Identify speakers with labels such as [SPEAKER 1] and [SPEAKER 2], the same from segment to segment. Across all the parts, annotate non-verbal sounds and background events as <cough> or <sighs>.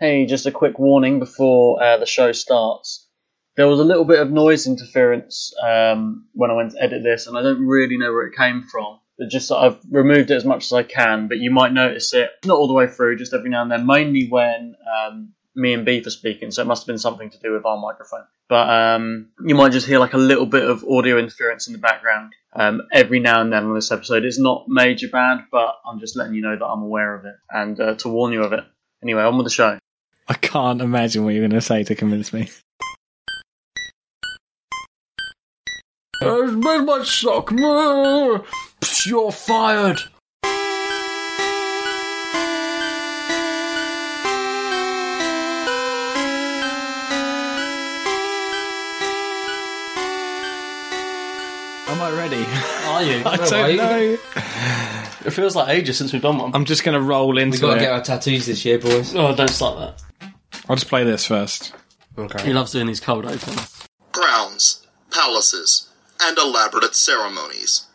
[SPEAKER 1] Hey, just a quick warning before uh, the show starts. There was a little bit of noise interference um, when I went to edit this, and I don't really know where it came from. But just that I've removed it as much as I can, but you might notice it not all the way through, just every now and then, mainly when um, me and Beef are speaking. So it must have been something to do with our microphone. But um, you might just hear like a little bit of audio interference in the background um, every now and then on this episode. It's not major bad, but I'm just letting you know that I'm aware of it and uh, to warn you of it. Anyway, on with the show.
[SPEAKER 2] I can't imagine what you're going to say to convince me.
[SPEAKER 3] It's made my sock. Psh, You're fired.
[SPEAKER 2] Am I ready?
[SPEAKER 4] <laughs> Are you?
[SPEAKER 2] I
[SPEAKER 4] No, are
[SPEAKER 2] don't
[SPEAKER 4] you?
[SPEAKER 2] know.
[SPEAKER 4] It feels like ages since we've done one.
[SPEAKER 2] I'm just going to roll
[SPEAKER 4] We've
[SPEAKER 2] into
[SPEAKER 4] got
[SPEAKER 2] it.
[SPEAKER 4] to get our tattoos this year, boys. Oh, don't start
[SPEAKER 2] I'll just play this first.
[SPEAKER 4] that. He loves doing these cold opens.
[SPEAKER 5] grounds, palaces, and elaborate ceremonies.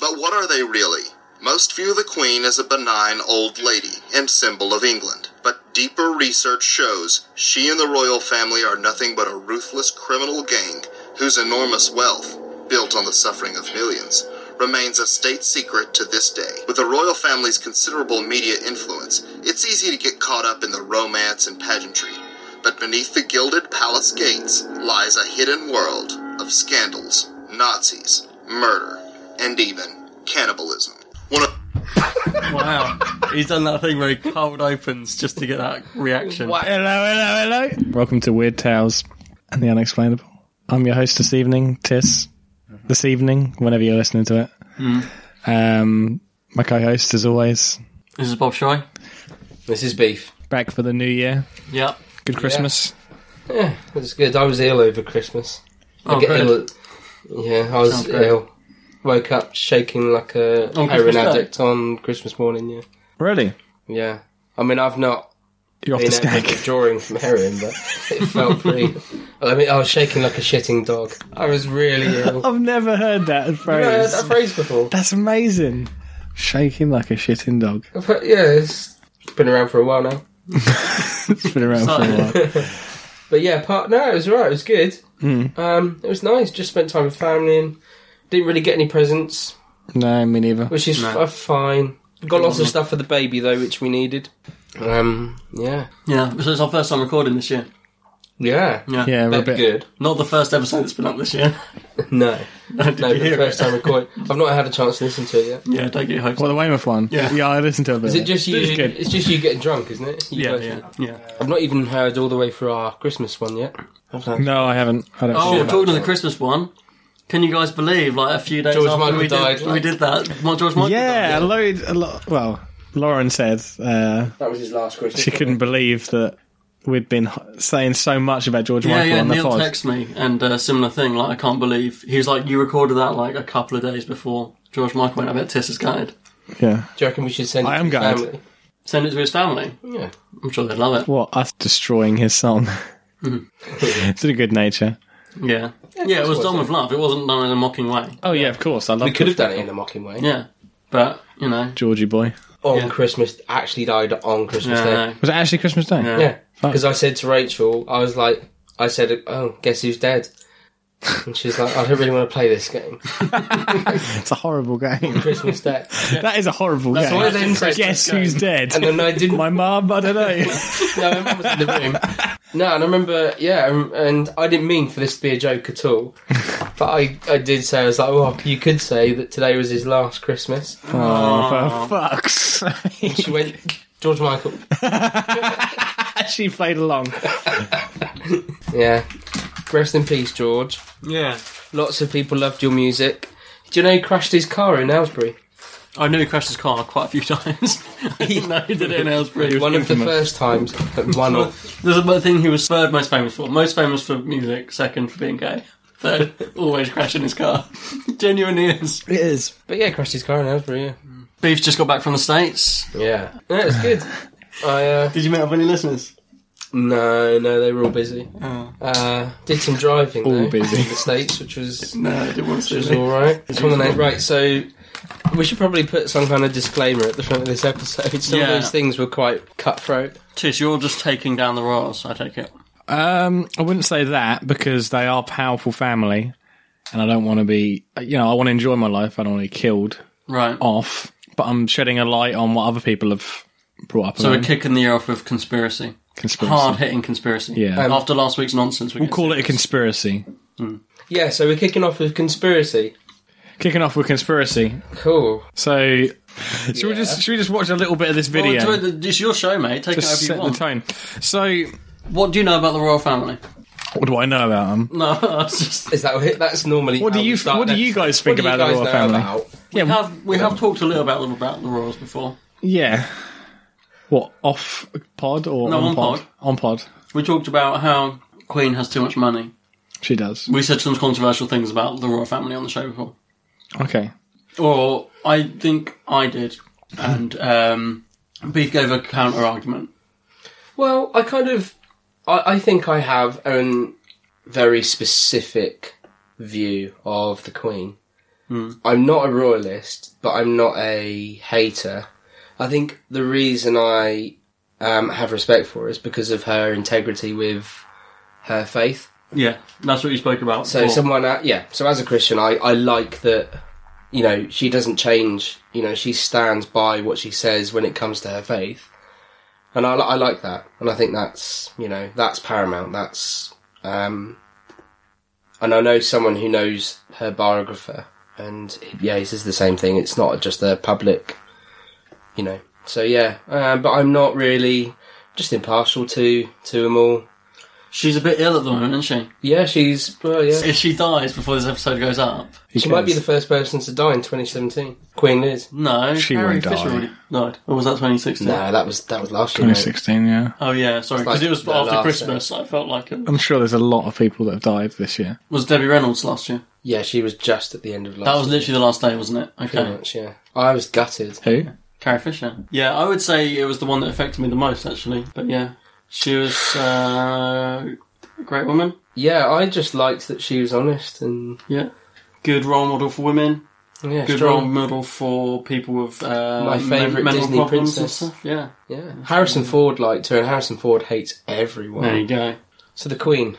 [SPEAKER 5] But what are they really? Most view the Queen as a benign old lady and symbol of England, but deeper research shows she and the royal family are nothing but a ruthless criminal gang whose enormous wealth, built on the suffering of millions, remains a state secret to this day. With the royal family's considerable media influence, it's easy to get caught up in the romance and pageantry, but beneath the gilded palace gates lies a hidden world of scandals, Nazis, murder, and even cannibalism. One of
[SPEAKER 4] Wow. He's done that thing where he cold opens just to get that reaction.
[SPEAKER 2] Hello, hello, hello. Welcome to Weird Tales and the Unexplainable. I'm your host this evening, Tis.
[SPEAKER 6] Mm-hmm.
[SPEAKER 2] This evening, whenever you're listening to it. Um, my co-host, as always,
[SPEAKER 4] This is Bob Shoy.
[SPEAKER 6] This is beef.
[SPEAKER 2] back for the new year.
[SPEAKER 4] Yep.
[SPEAKER 2] Good Christmas.
[SPEAKER 6] Yeah, it's good. I was ill over Christmas. I
[SPEAKER 4] Oh,
[SPEAKER 6] get
[SPEAKER 4] good.
[SPEAKER 6] ill. at- Yeah, I was
[SPEAKER 4] Sounds great.
[SPEAKER 6] ill. Woke up shaking like a
[SPEAKER 4] On
[SPEAKER 6] heroin
[SPEAKER 4] Christmas Day?
[SPEAKER 6] addict on Christmas morning. Yeah,
[SPEAKER 2] Really?
[SPEAKER 6] yeah. I mean, I've not
[SPEAKER 2] You're off
[SPEAKER 6] been
[SPEAKER 2] the
[SPEAKER 6] actually
[SPEAKER 2] stag.
[SPEAKER 6] withdrawing from heroin, but it
[SPEAKER 2] <laughs>
[SPEAKER 6] felt pretty. I mean, I was shaking like a shitting dog. I was really
[SPEAKER 2] <laughs>
[SPEAKER 6] ill.
[SPEAKER 2] I've never heard that
[SPEAKER 6] I've
[SPEAKER 2] phrase.
[SPEAKER 6] heard that phrase before.
[SPEAKER 2] That's amazing. Shaking like a shitting dog. <laughs>
[SPEAKER 6] I've heard- yeah, it's been around for a while now.
[SPEAKER 2] It's been around for a while.
[SPEAKER 6] <laughs>
[SPEAKER 2] Hmm.
[SPEAKER 6] But yeah, part no, it was right. It was good. Um, it was nice. Just spent time with family and didn't really get any presents.
[SPEAKER 2] No, me neither.
[SPEAKER 6] which is f- fine. Got lots of stuff for the baby though, which we needed. Mm. Um, yeah,
[SPEAKER 4] Yeah. So it's our first time recording this year.
[SPEAKER 6] yeah,
[SPEAKER 4] Yeah.
[SPEAKER 2] Yeah, we're a
[SPEAKER 6] That'd be
[SPEAKER 2] bit.
[SPEAKER 6] good.
[SPEAKER 4] Not the first episode that's been up this <laughs> year. Oh,
[SPEAKER 6] No,
[SPEAKER 4] Did
[SPEAKER 6] no,
[SPEAKER 4] you
[SPEAKER 6] but the
[SPEAKER 4] hear
[SPEAKER 6] first
[SPEAKER 4] it?
[SPEAKER 6] time recording. I've not had a chance to listen to it yet.
[SPEAKER 4] Yeah, don't get your hopes
[SPEAKER 2] What
[SPEAKER 4] up.
[SPEAKER 2] the Weymouth one?
[SPEAKER 4] Yeah.
[SPEAKER 2] yeah. I listened to a bit.
[SPEAKER 6] Is
[SPEAKER 2] of
[SPEAKER 6] it just you?
[SPEAKER 2] It's good.
[SPEAKER 6] It's just you getting drunk, isn't it? You
[SPEAKER 4] Yeah,
[SPEAKER 6] guys-
[SPEAKER 4] yeah, yeah.
[SPEAKER 6] I've not even heard all the way through our Christmas one yet.
[SPEAKER 2] No, I haven't. I don't.
[SPEAKER 4] Oh,
[SPEAKER 2] Oh,
[SPEAKER 4] we're talking to the Christmas one. Can you guys believe, like, a few days
[SPEAKER 6] George
[SPEAKER 4] after
[SPEAKER 6] Michael
[SPEAKER 4] we,
[SPEAKER 6] died,
[SPEAKER 4] did,
[SPEAKER 6] like-
[SPEAKER 4] we did that, my George Michael
[SPEAKER 2] yeah,
[SPEAKER 4] died.
[SPEAKER 2] a load. A lot. Well, Lauren said uh,
[SPEAKER 6] That was his last Christmas.
[SPEAKER 2] she couldn't believe that we'd been h- saying so much about George
[SPEAKER 4] Yeah,
[SPEAKER 2] Michael
[SPEAKER 4] yeah,
[SPEAKER 2] on the
[SPEAKER 4] Neil
[SPEAKER 2] pod.
[SPEAKER 4] texted me and uh, similar thing. Like, I can't believe he was like, "You recorded that like a couple of days before George Michael went." I bet Tess is gutted.
[SPEAKER 2] Yeah.
[SPEAKER 6] Do you reckon we should send?
[SPEAKER 2] I
[SPEAKER 6] it to
[SPEAKER 2] am
[SPEAKER 6] the
[SPEAKER 2] gutted.
[SPEAKER 6] family?
[SPEAKER 4] Send it to his family.
[SPEAKER 6] Yeah.
[SPEAKER 4] I'm sure they'd love it. Mm-hmm.
[SPEAKER 2] What us destroying his song? <laughs> it's in a good nature.
[SPEAKER 4] Yeah, yeah. It was done with love. It wasn't done in a mocking way.
[SPEAKER 2] Oh yeah, of course. I love.
[SPEAKER 6] We could have done it in a mocking way.
[SPEAKER 4] Yeah, but you know,
[SPEAKER 2] Georgie boy.
[SPEAKER 6] On
[SPEAKER 4] Yeah.
[SPEAKER 6] Christmas, actually died on Christmas
[SPEAKER 4] yeah,
[SPEAKER 6] Day.
[SPEAKER 4] no.
[SPEAKER 2] Was it actually Christmas Day?
[SPEAKER 4] Yeah.
[SPEAKER 6] Yeah, because I said to Rachel, I was like, I said, oh, guess who's "Oh, dead? And she's like, I don't really want to play
[SPEAKER 2] <laughs>
[SPEAKER 6] this game.
[SPEAKER 2] It's a horrible game.
[SPEAKER 6] Christmas Day.
[SPEAKER 2] <laughs> That is a horrible
[SPEAKER 6] That's
[SPEAKER 2] game.
[SPEAKER 6] why then
[SPEAKER 2] Guess who's dead?
[SPEAKER 6] And then I didn't.
[SPEAKER 2] My mum, I don't know.
[SPEAKER 6] <laughs> no, everyone was in the room. No, and I remember, yeah, um, and I didn't mean for this to be a joke at
[SPEAKER 2] <laughs>
[SPEAKER 6] all, but I, I did say I was like, well, you could say that today was his last Christmas.
[SPEAKER 2] oh, for fuck's sake.
[SPEAKER 6] She went, George Michael.
[SPEAKER 2] <laughs> She played along.
[SPEAKER 6] Yeah, rest in peace, George.
[SPEAKER 4] Yeah.
[SPEAKER 6] Lots of people loved your music. Do you know he crashed his car in Aylesbury?
[SPEAKER 4] I knew he crashed his car quite a few <laughs> times. I didn't know he did it in Aylesbury.
[SPEAKER 6] One of the first times, but one of.
[SPEAKER 4] <laughs> There's a thing he was third most famous for. Most famous for music, second for being gay. Third, always crashing his car. <laughs> Genuinely is.
[SPEAKER 2] It is.
[SPEAKER 6] But yeah, crashed his car in Aylesbury, yeah.
[SPEAKER 4] Beef's just got back from the States.
[SPEAKER 6] Yeah. No, it's
[SPEAKER 4] <laughs>
[SPEAKER 6] good. I, uh,
[SPEAKER 4] Did you meet up any listeners? Oh.
[SPEAKER 6] no, no, they were all busy. Uh, did some driving,
[SPEAKER 2] All
[SPEAKER 6] though,
[SPEAKER 2] busy.
[SPEAKER 6] in the States, which was
[SPEAKER 4] <laughs> No, I didn't want to
[SPEAKER 6] It's
[SPEAKER 4] see
[SPEAKER 6] all
[SPEAKER 4] them.
[SPEAKER 6] right. Culminate. Right, so we should probably put some kind of disclaimer at the front of this episode. <laughs> Some
[SPEAKER 4] Yeah.
[SPEAKER 6] of those things were quite cutthroat.
[SPEAKER 4] Tis, you're just taking down the royals, I take it.
[SPEAKER 2] Um, I wouldn't say that because they are powerful family, and I don't want to be. You know, I want to enjoy my life. I don't want to be killed
[SPEAKER 4] Right.
[SPEAKER 2] off. But I'm shedding a light on what other people have brought up.
[SPEAKER 4] So we're
[SPEAKER 2] around
[SPEAKER 4] kicking the year off with conspiracy.
[SPEAKER 2] conspiracy.
[SPEAKER 4] Hard hitting conspiracy.
[SPEAKER 2] Yeah. Um,
[SPEAKER 4] After last week's nonsense, we
[SPEAKER 2] We'll call it a conspiracy.
[SPEAKER 6] Yeah, so we're kicking off with conspiracy.
[SPEAKER 2] Kicking off with conspiracy.
[SPEAKER 6] Cool.
[SPEAKER 2] So, should we just should we just watch a little bit of this video?
[SPEAKER 4] It's your show, mate. Take
[SPEAKER 2] just
[SPEAKER 4] it
[SPEAKER 2] set
[SPEAKER 4] over
[SPEAKER 2] the
[SPEAKER 4] you want.
[SPEAKER 2] tone. So,
[SPEAKER 4] What do you know about the royal family? <laughs>
[SPEAKER 2] what do I know about them?
[SPEAKER 4] No, that's just.
[SPEAKER 6] Is that that's normally
[SPEAKER 2] What do
[SPEAKER 6] how we
[SPEAKER 2] you-
[SPEAKER 6] start
[SPEAKER 2] what do
[SPEAKER 6] an
[SPEAKER 2] you
[SPEAKER 6] episode.
[SPEAKER 2] guys think
[SPEAKER 6] What do
[SPEAKER 2] about the
[SPEAKER 6] guys
[SPEAKER 2] royal
[SPEAKER 6] know
[SPEAKER 2] family?
[SPEAKER 6] about?
[SPEAKER 2] Yeah,
[SPEAKER 4] We have, we have talked a little about them about the royals before.
[SPEAKER 2] yeah. What off pod or
[SPEAKER 4] No,
[SPEAKER 2] on
[SPEAKER 4] on
[SPEAKER 2] pod?
[SPEAKER 4] pod.
[SPEAKER 2] On pod.
[SPEAKER 4] We talked about how Queen has too much money.
[SPEAKER 2] She does.
[SPEAKER 4] We said some controversial things about the royal family on the show before.
[SPEAKER 2] Okay.
[SPEAKER 4] Or I think I did, and um, Beef gave a counter argument.
[SPEAKER 6] Well, I kind of, I, I think I have a very specific view of the Queen.
[SPEAKER 4] Hmm.
[SPEAKER 6] I'm not a royalist, but I'm not a hater. I think the reason I um, have respect for her is because of her integrity with her faith.
[SPEAKER 4] Yeah, that's what you spoke about.
[SPEAKER 6] So
[SPEAKER 4] before.
[SPEAKER 6] someone, uh, yeah. So as a Christian, I, I like that. You know, she doesn't change. You know, she stands by what she says when it comes to her faith, and I, li- I like that. And I think that's you know that's paramount. That's um, and I know someone who knows her biographer, and yeah, he says the same thing. It's not just a public, you know. So yeah, um, but I'm not really just impartial to to them all.
[SPEAKER 4] she's a bit ill at the moment, isn't she?
[SPEAKER 6] Yeah, she's well, yeah.
[SPEAKER 4] If she dies before this episode goes up,
[SPEAKER 6] She might be the first person to die in 2017. Queen Liz.
[SPEAKER 4] no,
[SPEAKER 2] She
[SPEAKER 4] Carrie
[SPEAKER 2] won't
[SPEAKER 4] Fisher
[SPEAKER 2] die.
[SPEAKER 4] already died. Or was that 2016?
[SPEAKER 6] No, that was that was last year. mate.
[SPEAKER 2] 2016. Yeah.
[SPEAKER 4] Oh yeah, sorry, because
[SPEAKER 6] like
[SPEAKER 4] it was
[SPEAKER 6] the
[SPEAKER 4] after
[SPEAKER 6] last
[SPEAKER 4] Christmas. I felt like it
[SPEAKER 2] I'm sure there's a lot of people that have died this year.
[SPEAKER 4] was Debbie Reynolds last year.
[SPEAKER 6] Yeah, she was just at the end of last.
[SPEAKER 4] That was
[SPEAKER 6] year,
[SPEAKER 4] literally the last day, wasn't it? Okay,
[SPEAKER 6] pretty much. Yeah, I was gutted.
[SPEAKER 2] Who?
[SPEAKER 4] Carrie Fisher. Yeah, I would say it was the one that affected me the most actually. But yeah, she was uh, a great woman.
[SPEAKER 6] Yeah, I just liked that she was honest and
[SPEAKER 4] Yeah, good role model for women.
[SPEAKER 6] yeah,
[SPEAKER 4] good role
[SPEAKER 6] strong.
[SPEAKER 4] model for people with uh,
[SPEAKER 6] My
[SPEAKER 4] men-
[SPEAKER 6] favourite
[SPEAKER 4] mental
[SPEAKER 6] Disney
[SPEAKER 4] problems and
[SPEAKER 6] princess.
[SPEAKER 4] stuff. Yeah,
[SPEAKER 6] Yeah, Harrison Ford liked her, and Harrison Ford hates everyone.
[SPEAKER 4] there you go.
[SPEAKER 6] So the Queen.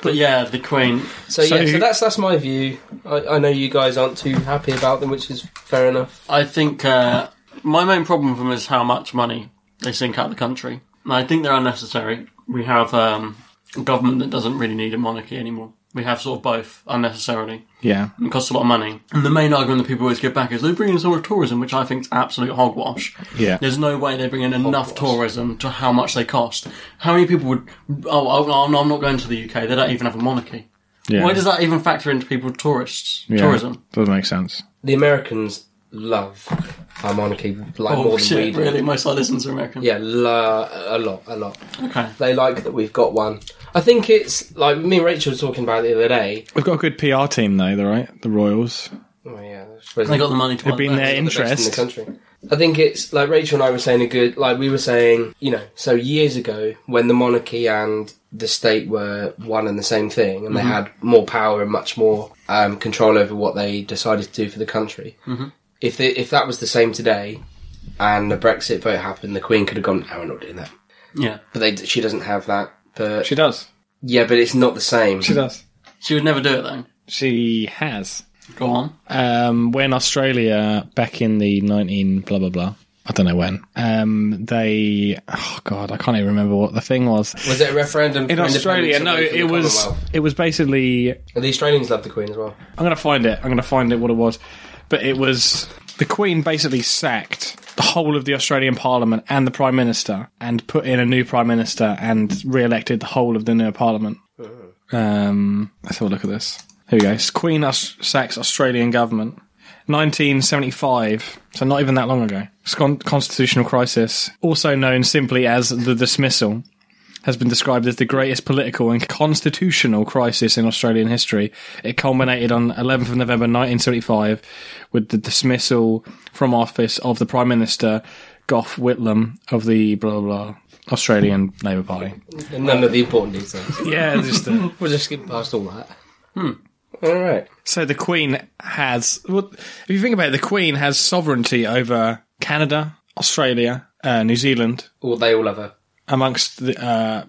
[SPEAKER 4] But yeah, the Queen.
[SPEAKER 6] So,
[SPEAKER 2] So-
[SPEAKER 6] yeah, so that's that's my view. I, I know you guys aren't too happy about them, which is fair enough.
[SPEAKER 4] I think uh, my main problem with them is how much money they sink out of the country. And I think they're unnecessary. We have um, a government that doesn't really need a monarchy anymore. We have sort of both unnecessarily.
[SPEAKER 2] Yeah.
[SPEAKER 4] It costs a lot of money. And the main argument that people always give back is they bring in so much tourism, which I think is absolute hogwash.
[SPEAKER 2] Yeah.
[SPEAKER 4] There's no way they bring in enough tourism to how much they cost. How many people would? Oh, oh, no, I'm not going to the UK. They don't even have a monarchy.
[SPEAKER 2] Yeah.
[SPEAKER 4] Why does that even factor into people tourists
[SPEAKER 2] Yeah.
[SPEAKER 4] tourism?
[SPEAKER 2] Doesn't make sense.
[SPEAKER 6] The Americans love our monarchy like more
[SPEAKER 4] Oh
[SPEAKER 6] than we
[SPEAKER 4] shit!
[SPEAKER 6] do.
[SPEAKER 4] Really, most of our listeners are American.
[SPEAKER 6] Yeah, la- a lot, a lot.
[SPEAKER 4] Okay.
[SPEAKER 6] They like that we've got one. I think it's like me and Rachel were talking about it the other day.
[SPEAKER 2] We've got a good PR team though, though, right? The Royals.
[SPEAKER 6] Oh yeah, that's-
[SPEAKER 4] They got the money to.
[SPEAKER 2] They've been
[SPEAKER 4] there.
[SPEAKER 2] their
[SPEAKER 6] the best in the
[SPEAKER 2] interest.
[SPEAKER 6] country. I think it's like Rachel and I were saying a good like we were saying, you know, so years ago when the monarchy and the state were one and the same thing
[SPEAKER 4] Mm-hmm.
[SPEAKER 6] and they had more power and much more um, control over what they decided to do for the country. Mm-hmm. If they, if that was the same today and the Brexit vote happened, the Queen could have gone, "No, we're not doing that."
[SPEAKER 4] Yeah.
[SPEAKER 6] But they, she doesn't have that. But
[SPEAKER 2] She does.
[SPEAKER 6] yeah, but it's not the same.
[SPEAKER 2] She does.
[SPEAKER 4] She would never do it though.
[SPEAKER 2] She has.
[SPEAKER 4] Go on.
[SPEAKER 2] um, when Australia back in the 19 blah blah blah I don't know when um, they oh god I can't even remember what the thing was
[SPEAKER 6] Was it a referendum
[SPEAKER 2] in
[SPEAKER 6] for
[SPEAKER 2] Australia
[SPEAKER 6] independence
[SPEAKER 2] no
[SPEAKER 6] away from
[SPEAKER 2] it
[SPEAKER 6] the
[SPEAKER 2] was
[SPEAKER 6] Commonwealth?
[SPEAKER 2] it was basically I'm
[SPEAKER 6] And the Australians love the Queen as well.
[SPEAKER 2] gonna find it I'm gonna find it what it was but it was the Queen basically sacked the whole of the Australian Parliament and the Prime Minister and put in a new Prime Minister and re-elected the whole of the new Parliament um, let's have a look at this here we go it's Queen Aus- sacks Australian government 1975, so not even that long ago. This con- constitutional crisis, also known simply as the dismissal, has been described as the greatest political and constitutional crisis in Australian history. It culminated on 11th of November 1975 with the dismissal from office of the Prime Minister Gough Whitlam of the blah blah, blah Australian Labour Party.
[SPEAKER 6] And none of the important details.
[SPEAKER 2] <laughs> Yeah, just uh, the
[SPEAKER 6] <laughs> we'll just skip past all that. Hmm. All right.
[SPEAKER 2] So the Queen has, well, if you think about it, the Queen has sovereignty over Canada, Australia, uh, New Zealand,
[SPEAKER 6] Well, they all love her.
[SPEAKER 2] amongst the. Uh,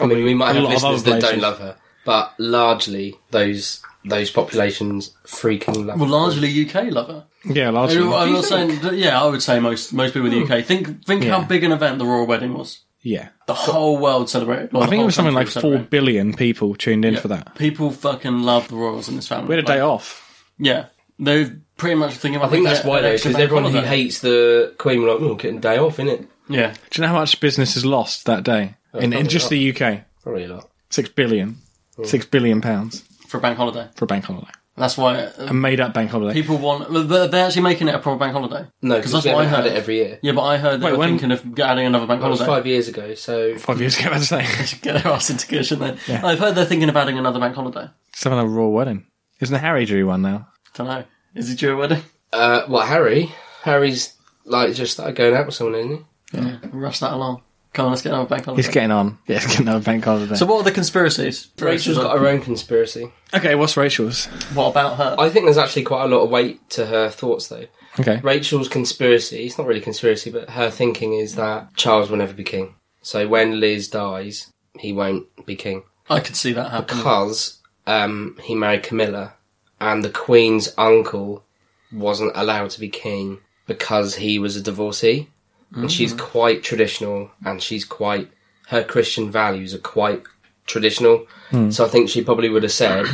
[SPEAKER 6] I mean, we
[SPEAKER 2] a
[SPEAKER 6] might have
[SPEAKER 2] lot of
[SPEAKER 6] listeners
[SPEAKER 2] other
[SPEAKER 6] that don't
[SPEAKER 2] places.
[SPEAKER 6] love her, but largely those those populations freaking love.
[SPEAKER 4] Well,
[SPEAKER 6] her.
[SPEAKER 4] largely UK lover.
[SPEAKER 2] yeah, last
[SPEAKER 4] I'm
[SPEAKER 2] year.
[SPEAKER 4] not saying. that- Yeah, I would say most most people in the
[SPEAKER 2] Hmm.
[SPEAKER 4] UK think think how big an event the royal wedding was.
[SPEAKER 2] Yeah.
[SPEAKER 4] The whole world celebrated. well,
[SPEAKER 2] I
[SPEAKER 4] the
[SPEAKER 2] think it
[SPEAKER 4] whole
[SPEAKER 2] was something like
[SPEAKER 4] country
[SPEAKER 2] 4
[SPEAKER 4] celebrated.
[SPEAKER 2] billion people tuned in for that.
[SPEAKER 4] People fucking love the royals in this family.
[SPEAKER 2] We had a day
[SPEAKER 4] Like,
[SPEAKER 2] off.
[SPEAKER 4] Yeah, they pretty much thinking.
[SPEAKER 6] I think that's why though, because everyone who hates the Queen were like, "Oh, getting a day off, innit?"
[SPEAKER 4] Yeah,
[SPEAKER 2] Do you know how much business is lost that day? in in
[SPEAKER 6] Oh, probably
[SPEAKER 2] just
[SPEAKER 6] not.
[SPEAKER 2] the UK?
[SPEAKER 6] Probably a lot.
[SPEAKER 2] 6 billion. 6 billion pounds
[SPEAKER 4] for a bank holiday.
[SPEAKER 2] for a bank holiday.
[SPEAKER 4] That's why uh,
[SPEAKER 2] A
[SPEAKER 6] Um,
[SPEAKER 2] made up bank holiday.
[SPEAKER 4] people want. They're they're actually making it a proper bank holiday.
[SPEAKER 6] No,
[SPEAKER 4] because
[SPEAKER 6] because
[SPEAKER 4] that's
[SPEAKER 6] we
[SPEAKER 4] what I
[SPEAKER 6] haven't
[SPEAKER 4] heard.
[SPEAKER 6] had it
[SPEAKER 2] <laughs>
[SPEAKER 6] every year.
[SPEAKER 4] Yeah, but I heard they
[SPEAKER 2] Wait,
[SPEAKER 4] were
[SPEAKER 2] when-
[SPEAKER 4] thinking of adding another bank
[SPEAKER 6] That was
[SPEAKER 4] holiday.
[SPEAKER 6] five years ago, so
[SPEAKER 2] Five years ago, I was saying. It's
[SPEAKER 4] <laughs> Get their ass into gear, shouldn't they? I've heard they're thinking of adding another bank holiday.
[SPEAKER 2] having a raw wedding. Isn't Harry due one now?
[SPEAKER 4] Don't know. Is it your wedding?
[SPEAKER 6] uh, what Harry? Harry's like just started going out with someone, isn't he?
[SPEAKER 4] Rush that along. Come on, let's get another bank holiday.
[SPEAKER 2] He's getting on. Yeah, he's getting on a bank holiday.
[SPEAKER 4] So what are the conspiracies?
[SPEAKER 6] Rachel's got her own conspiracy.
[SPEAKER 2] okay, what's Rachel's?
[SPEAKER 4] What about her?
[SPEAKER 6] I think there's actually quite a lot of weight to her thoughts, though.
[SPEAKER 2] Okay.
[SPEAKER 6] Rachel's conspiracy, it's not really conspiracy, but her thinking is that Charles will never be king. So when Liz dies, he won't be king.
[SPEAKER 4] I could see that happening.
[SPEAKER 6] Because um, he married Camilla, and the Queen's uncle wasn't allowed to be king because he was a divorcee. And she's quite traditional, and she's quite. Her Christian values are quite traditional.
[SPEAKER 2] Hmm.
[SPEAKER 6] So I think she probably would have said,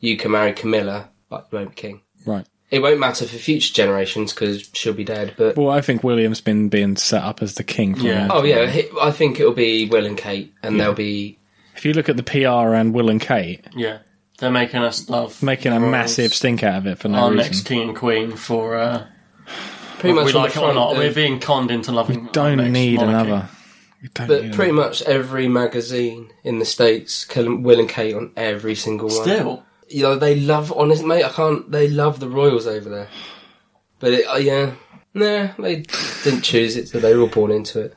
[SPEAKER 6] You can marry Camilla, but you won't be king.
[SPEAKER 2] Right.
[SPEAKER 6] It won't matter for future generations because she'll be dead, but
[SPEAKER 2] Well, I think William's been being set up as the king for
[SPEAKER 4] Yeah.
[SPEAKER 2] yeah.
[SPEAKER 6] Oh yeah, he- I think it'll be Will and Kate, and they'll be
[SPEAKER 2] If you look at the PR and Will and Kate,
[SPEAKER 4] Yeah, they're making us love
[SPEAKER 2] making a
[SPEAKER 4] royals.
[SPEAKER 2] massive stink out of it for no
[SPEAKER 4] Our
[SPEAKER 2] reason.
[SPEAKER 4] next king and queen for uh,
[SPEAKER 6] pretty much
[SPEAKER 4] we
[SPEAKER 6] on the
[SPEAKER 4] like it or
[SPEAKER 6] front
[SPEAKER 4] not.
[SPEAKER 6] of-
[SPEAKER 4] We're being conned into loving. our
[SPEAKER 2] Don't
[SPEAKER 4] next
[SPEAKER 2] need
[SPEAKER 4] monarchy.
[SPEAKER 2] another. You don't
[SPEAKER 6] but
[SPEAKER 2] need
[SPEAKER 6] pretty
[SPEAKER 2] another.
[SPEAKER 6] much every magazine in the states, Kill- Will and Kate on every single one.
[SPEAKER 4] Still,
[SPEAKER 6] you know they love honest mate. I can't. They love the Royals over there, but it, uh, yeah, nah, they didn't choose it, so they were born into it.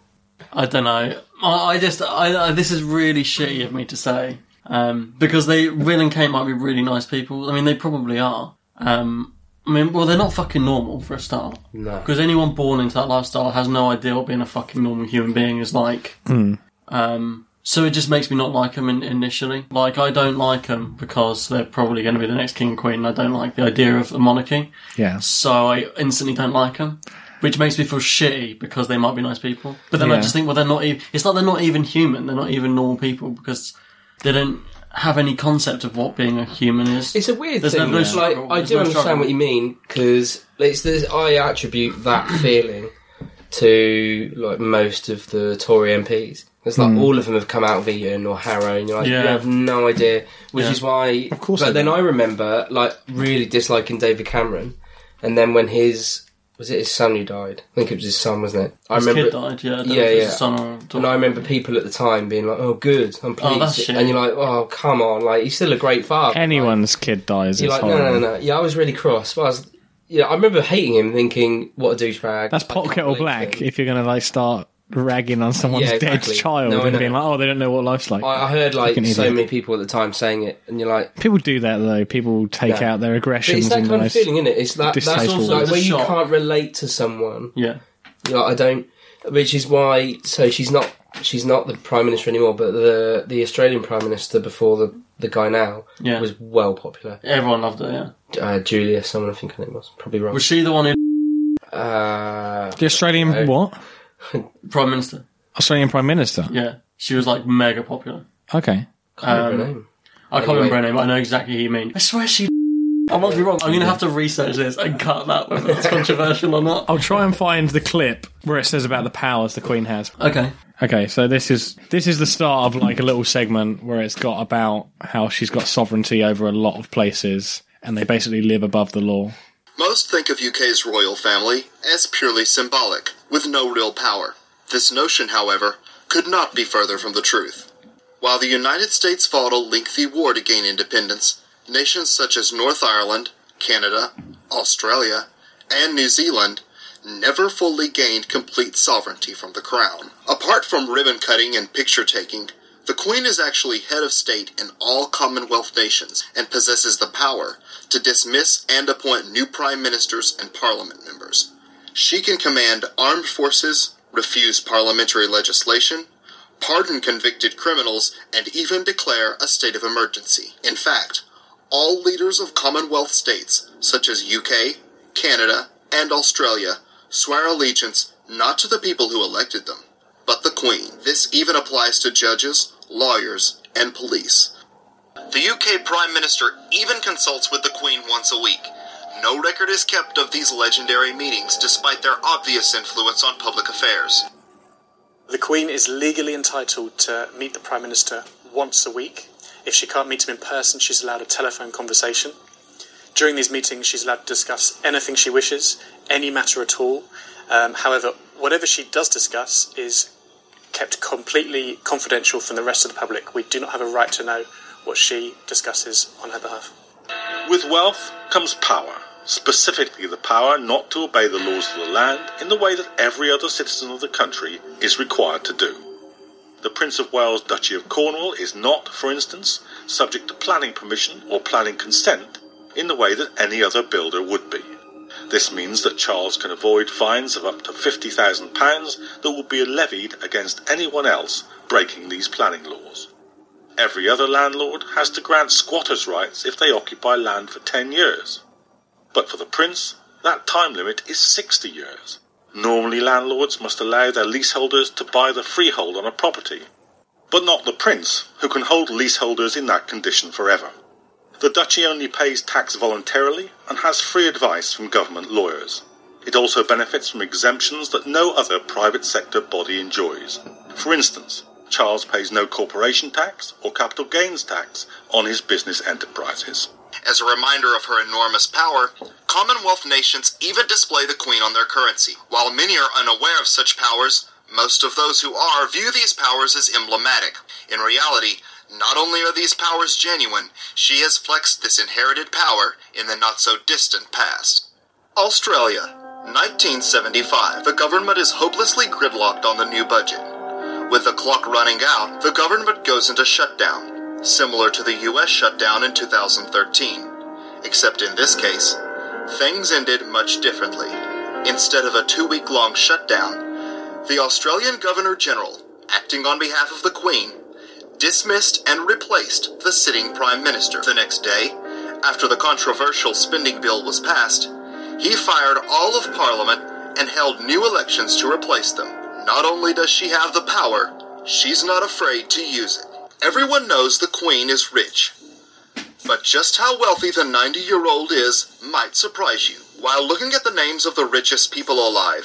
[SPEAKER 4] I don't know. I, I just, I, I, this is really shitty of me to say um, because they Will and Kate might be really nice people. I mean, they probably are. Um, I mean, well, they're not fucking normal for a start.
[SPEAKER 6] No,
[SPEAKER 4] Because anyone born into that lifestyle has no idea what being a fucking normal human being is like.
[SPEAKER 2] Hmm.
[SPEAKER 4] Um, so it just makes me not like them in, initially. Like, I don't like them because they're probably going to be the next king and queen, and I don't like the idea of a monarchy.
[SPEAKER 2] Yeah.
[SPEAKER 4] So I instantly don't like them, which makes me feel shitty because they might be nice people. But then I
[SPEAKER 2] Yeah.
[SPEAKER 4] just think, well, they're not even. It's like they're not even human. They're not even normal people because they don't have any concept of what being a human is.
[SPEAKER 6] it's a weird
[SPEAKER 4] There's
[SPEAKER 6] thing.
[SPEAKER 4] no-
[SPEAKER 6] it's like,
[SPEAKER 4] struggle.
[SPEAKER 6] I
[SPEAKER 4] There's
[SPEAKER 6] do
[SPEAKER 4] no
[SPEAKER 6] understand
[SPEAKER 4] struggle.
[SPEAKER 6] what you mean because it's this. I attribute
[SPEAKER 4] <clears throat>
[SPEAKER 6] that feeling to like most of the Tory MPs. It's like
[SPEAKER 2] Hmm.
[SPEAKER 6] all of them have come out of Eton or Harrow, and you're like,
[SPEAKER 4] Yeah.
[SPEAKER 6] you have no idea. Which
[SPEAKER 4] Yeah.
[SPEAKER 6] is why, of
[SPEAKER 2] course
[SPEAKER 6] But
[SPEAKER 2] they
[SPEAKER 6] then
[SPEAKER 2] don't.
[SPEAKER 6] I remember like really disliking David Cameron, and then when his was it his son who died? I think it was his son, wasn't it? I
[SPEAKER 4] His
[SPEAKER 6] remember.
[SPEAKER 4] kid died, yeah. I don't know
[SPEAKER 6] Yeah,
[SPEAKER 4] if it's
[SPEAKER 6] yeah.
[SPEAKER 4] a son or a daughter.
[SPEAKER 6] And I remember people at the time being like, "Oh, good, I'm pleased,"
[SPEAKER 4] that's shit.
[SPEAKER 6] and you're like, "Oh, come on, like he's still a great father."
[SPEAKER 2] Anyone's kid dies is
[SPEAKER 6] You're like, no,
[SPEAKER 2] horrible.
[SPEAKER 6] no, no, no. Yeah, I was really cross. But I was, yeah, I remember hating him, thinking, what a douchebag.
[SPEAKER 2] That's
[SPEAKER 6] I
[SPEAKER 2] pot
[SPEAKER 6] can't
[SPEAKER 2] kettle
[SPEAKER 6] believe
[SPEAKER 2] black
[SPEAKER 6] him.
[SPEAKER 2] if you're going to like start ragging on someone's
[SPEAKER 6] Yeah, exactly.
[SPEAKER 2] dead child
[SPEAKER 6] No, I
[SPEAKER 2] and
[SPEAKER 6] know.
[SPEAKER 2] being like, oh, they don't know what life's like.
[SPEAKER 6] I, I heard like so
[SPEAKER 2] Fucking idiot.
[SPEAKER 6] many people at the time saying it, and you're like,
[SPEAKER 2] People do that though. People take
[SPEAKER 6] No.
[SPEAKER 2] out their
[SPEAKER 6] but
[SPEAKER 2] aggressions
[SPEAKER 6] it's that
[SPEAKER 2] and the
[SPEAKER 6] kind of
[SPEAKER 2] most.
[SPEAKER 6] feeling, isn't it? It's that that's
[SPEAKER 2] distasteful
[SPEAKER 6] also like
[SPEAKER 2] ones.
[SPEAKER 6] where you
[SPEAKER 4] Shock.
[SPEAKER 6] can't relate to someone.
[SPEAKER 4] yeah.
[SPEAKER 6] You're like, I don't, which is why. So she's not. she's not the prime minister anymore, but the the Australian prime minister before the the guy now
[SPEAKER 4] Yeah.
[SPEAKER 6] was well popular.
[SPEAKER 4] Everyone loved it, yeah.
[SPEAKER 6] Uh, Julia, someone I think her name was probably wrong.
[SPEAKER 4] Was she the one who.
[SPEAKER 6] uh,
[SPEAKER 2] The Australian
[SPEAKER 6] No.
[SPEAKER 2] what?
[SPEAKER 6] <laughs>
[SPEAKER 4] Prime Minister?
[SPEAKER 2] Australian Prime Minister.
[SPEAKER 4] Yeah. She was like mega popular.
[SPEAKER 2] Okay.
[SPEAKER 6] can't remember her
[SPEAKER 4] um,
[SPEAKER 6] name.
[SPEAKER 4] I can't
[SPEAKER 6] Anyway.
[SPEAKER 4] remember her name, but I know exactly who you mean. I swear she. <laughs> I must be wrong. I'm going to have to research this and cut that, whether
[SPEAKER 6] <laughs>
[SPEAKER 4] it's controversial or not.
[SPEAKER 2] I'll try and find the clip where it says about the powers the Queen has.
[SPEAKER 4] Okay.
[SPEAKER 2] Okay, so this is this is the start of like a little segment where it's got about how she's got sovereignty over a lot of places and they basically live above the law.
[SPEAKER 5] Most think of UK's royal family as purely symbolic, with no real power. This notion, however, could not be further from the truth. While the United States fought a lengthy war to gain independence, nations such as North Ireland, Canada, Australia, and New Zealand never fully gained complete sovereignty from the crown. Apart from ribbon cutting and picture taking, the Queen is actually head of state in all Commonwealth nations and possesses the power to dismiss and appoint new prime ministers and parliament members. She can command armed forces, refuse parliamentary legislation, pardon convicted criminals, and even declare a state of emergency. In fact, all leaders of Commonwealth states, such as UK, Canada, and Australia, swear allegiance not to the people who elected them, but the Queen. This even applies to judges, lawyers, and police. The UK Prime Minister even consults with the Queen once a week. No record is kept of these legendary meetings, despite their obvious influence on public affairs.
[SPEAKER 7] The Queen is legally entitled to meet the Prime Minister once a week. If she can't meet him in person, she's allowed a telephone conversation. During these meetings, she's allowed to discuss anything she wishes, any matter at all. Um, however, whatever she does discuss is kept completely confidential from the rest of the public. We do not have a right to know what she discusses on her behalf.
[SPEAKER 8] With wealth comes power, specifically the power not to obey the laws of the land in the way that every other citizen of the country is required to do. The Prince of Wales Duchy of Cornwall is not, for instance, subject to planning permission or planning consent in the way that any other builder would be. This means that Charles can avoid fines of up to £50,000 that would be levied against anyone else breaking these planning laws. Every other landlord has to grant squatters' rights if they occupy land for 10 years. But for the prince, that time limit is 60 years. Normally, landlords must allow their leaseholders to buy the freehold on a property, but not the prince, who can hold leaseholders in that condition forever. The duchy only pays tax voluntarily and has free advice from government lawyers. It also benefits from exemptions that no other private sector body enjoys. For instance, Charles pays no corporation tax or capital gains tax on his business enterprises.
[SPEAKER 5] As a reminder of her enormous power, Commonwealth nations even display the Queen on their currency. While many are unaware of such powers, most of those who are view these powers as emblematic. In reality, not only are these powers genuine, she has flexed this inherited power in the not so distant past. Australia, 1975. The government is hopelessly gridlocked on the new budget. With the clock running out, the government goes into shutdown, similar to the US shutdown in 2013. Except in this case, things ended much differently. Instead of a two week long shutdown, the Australian Governor General, acting on behalf of the Queen, dismissed and replaced the sitting Prime Minister. The next day, after the controversial spending bill was passed, he fired all of Parliament and held new elections to replace them. Not only does she have the power, she's not afraid to use it. Everyone knows the Queen is rich, but just how wealthy the 90 year old is might surprise you. While looking at the names of the richest people alive,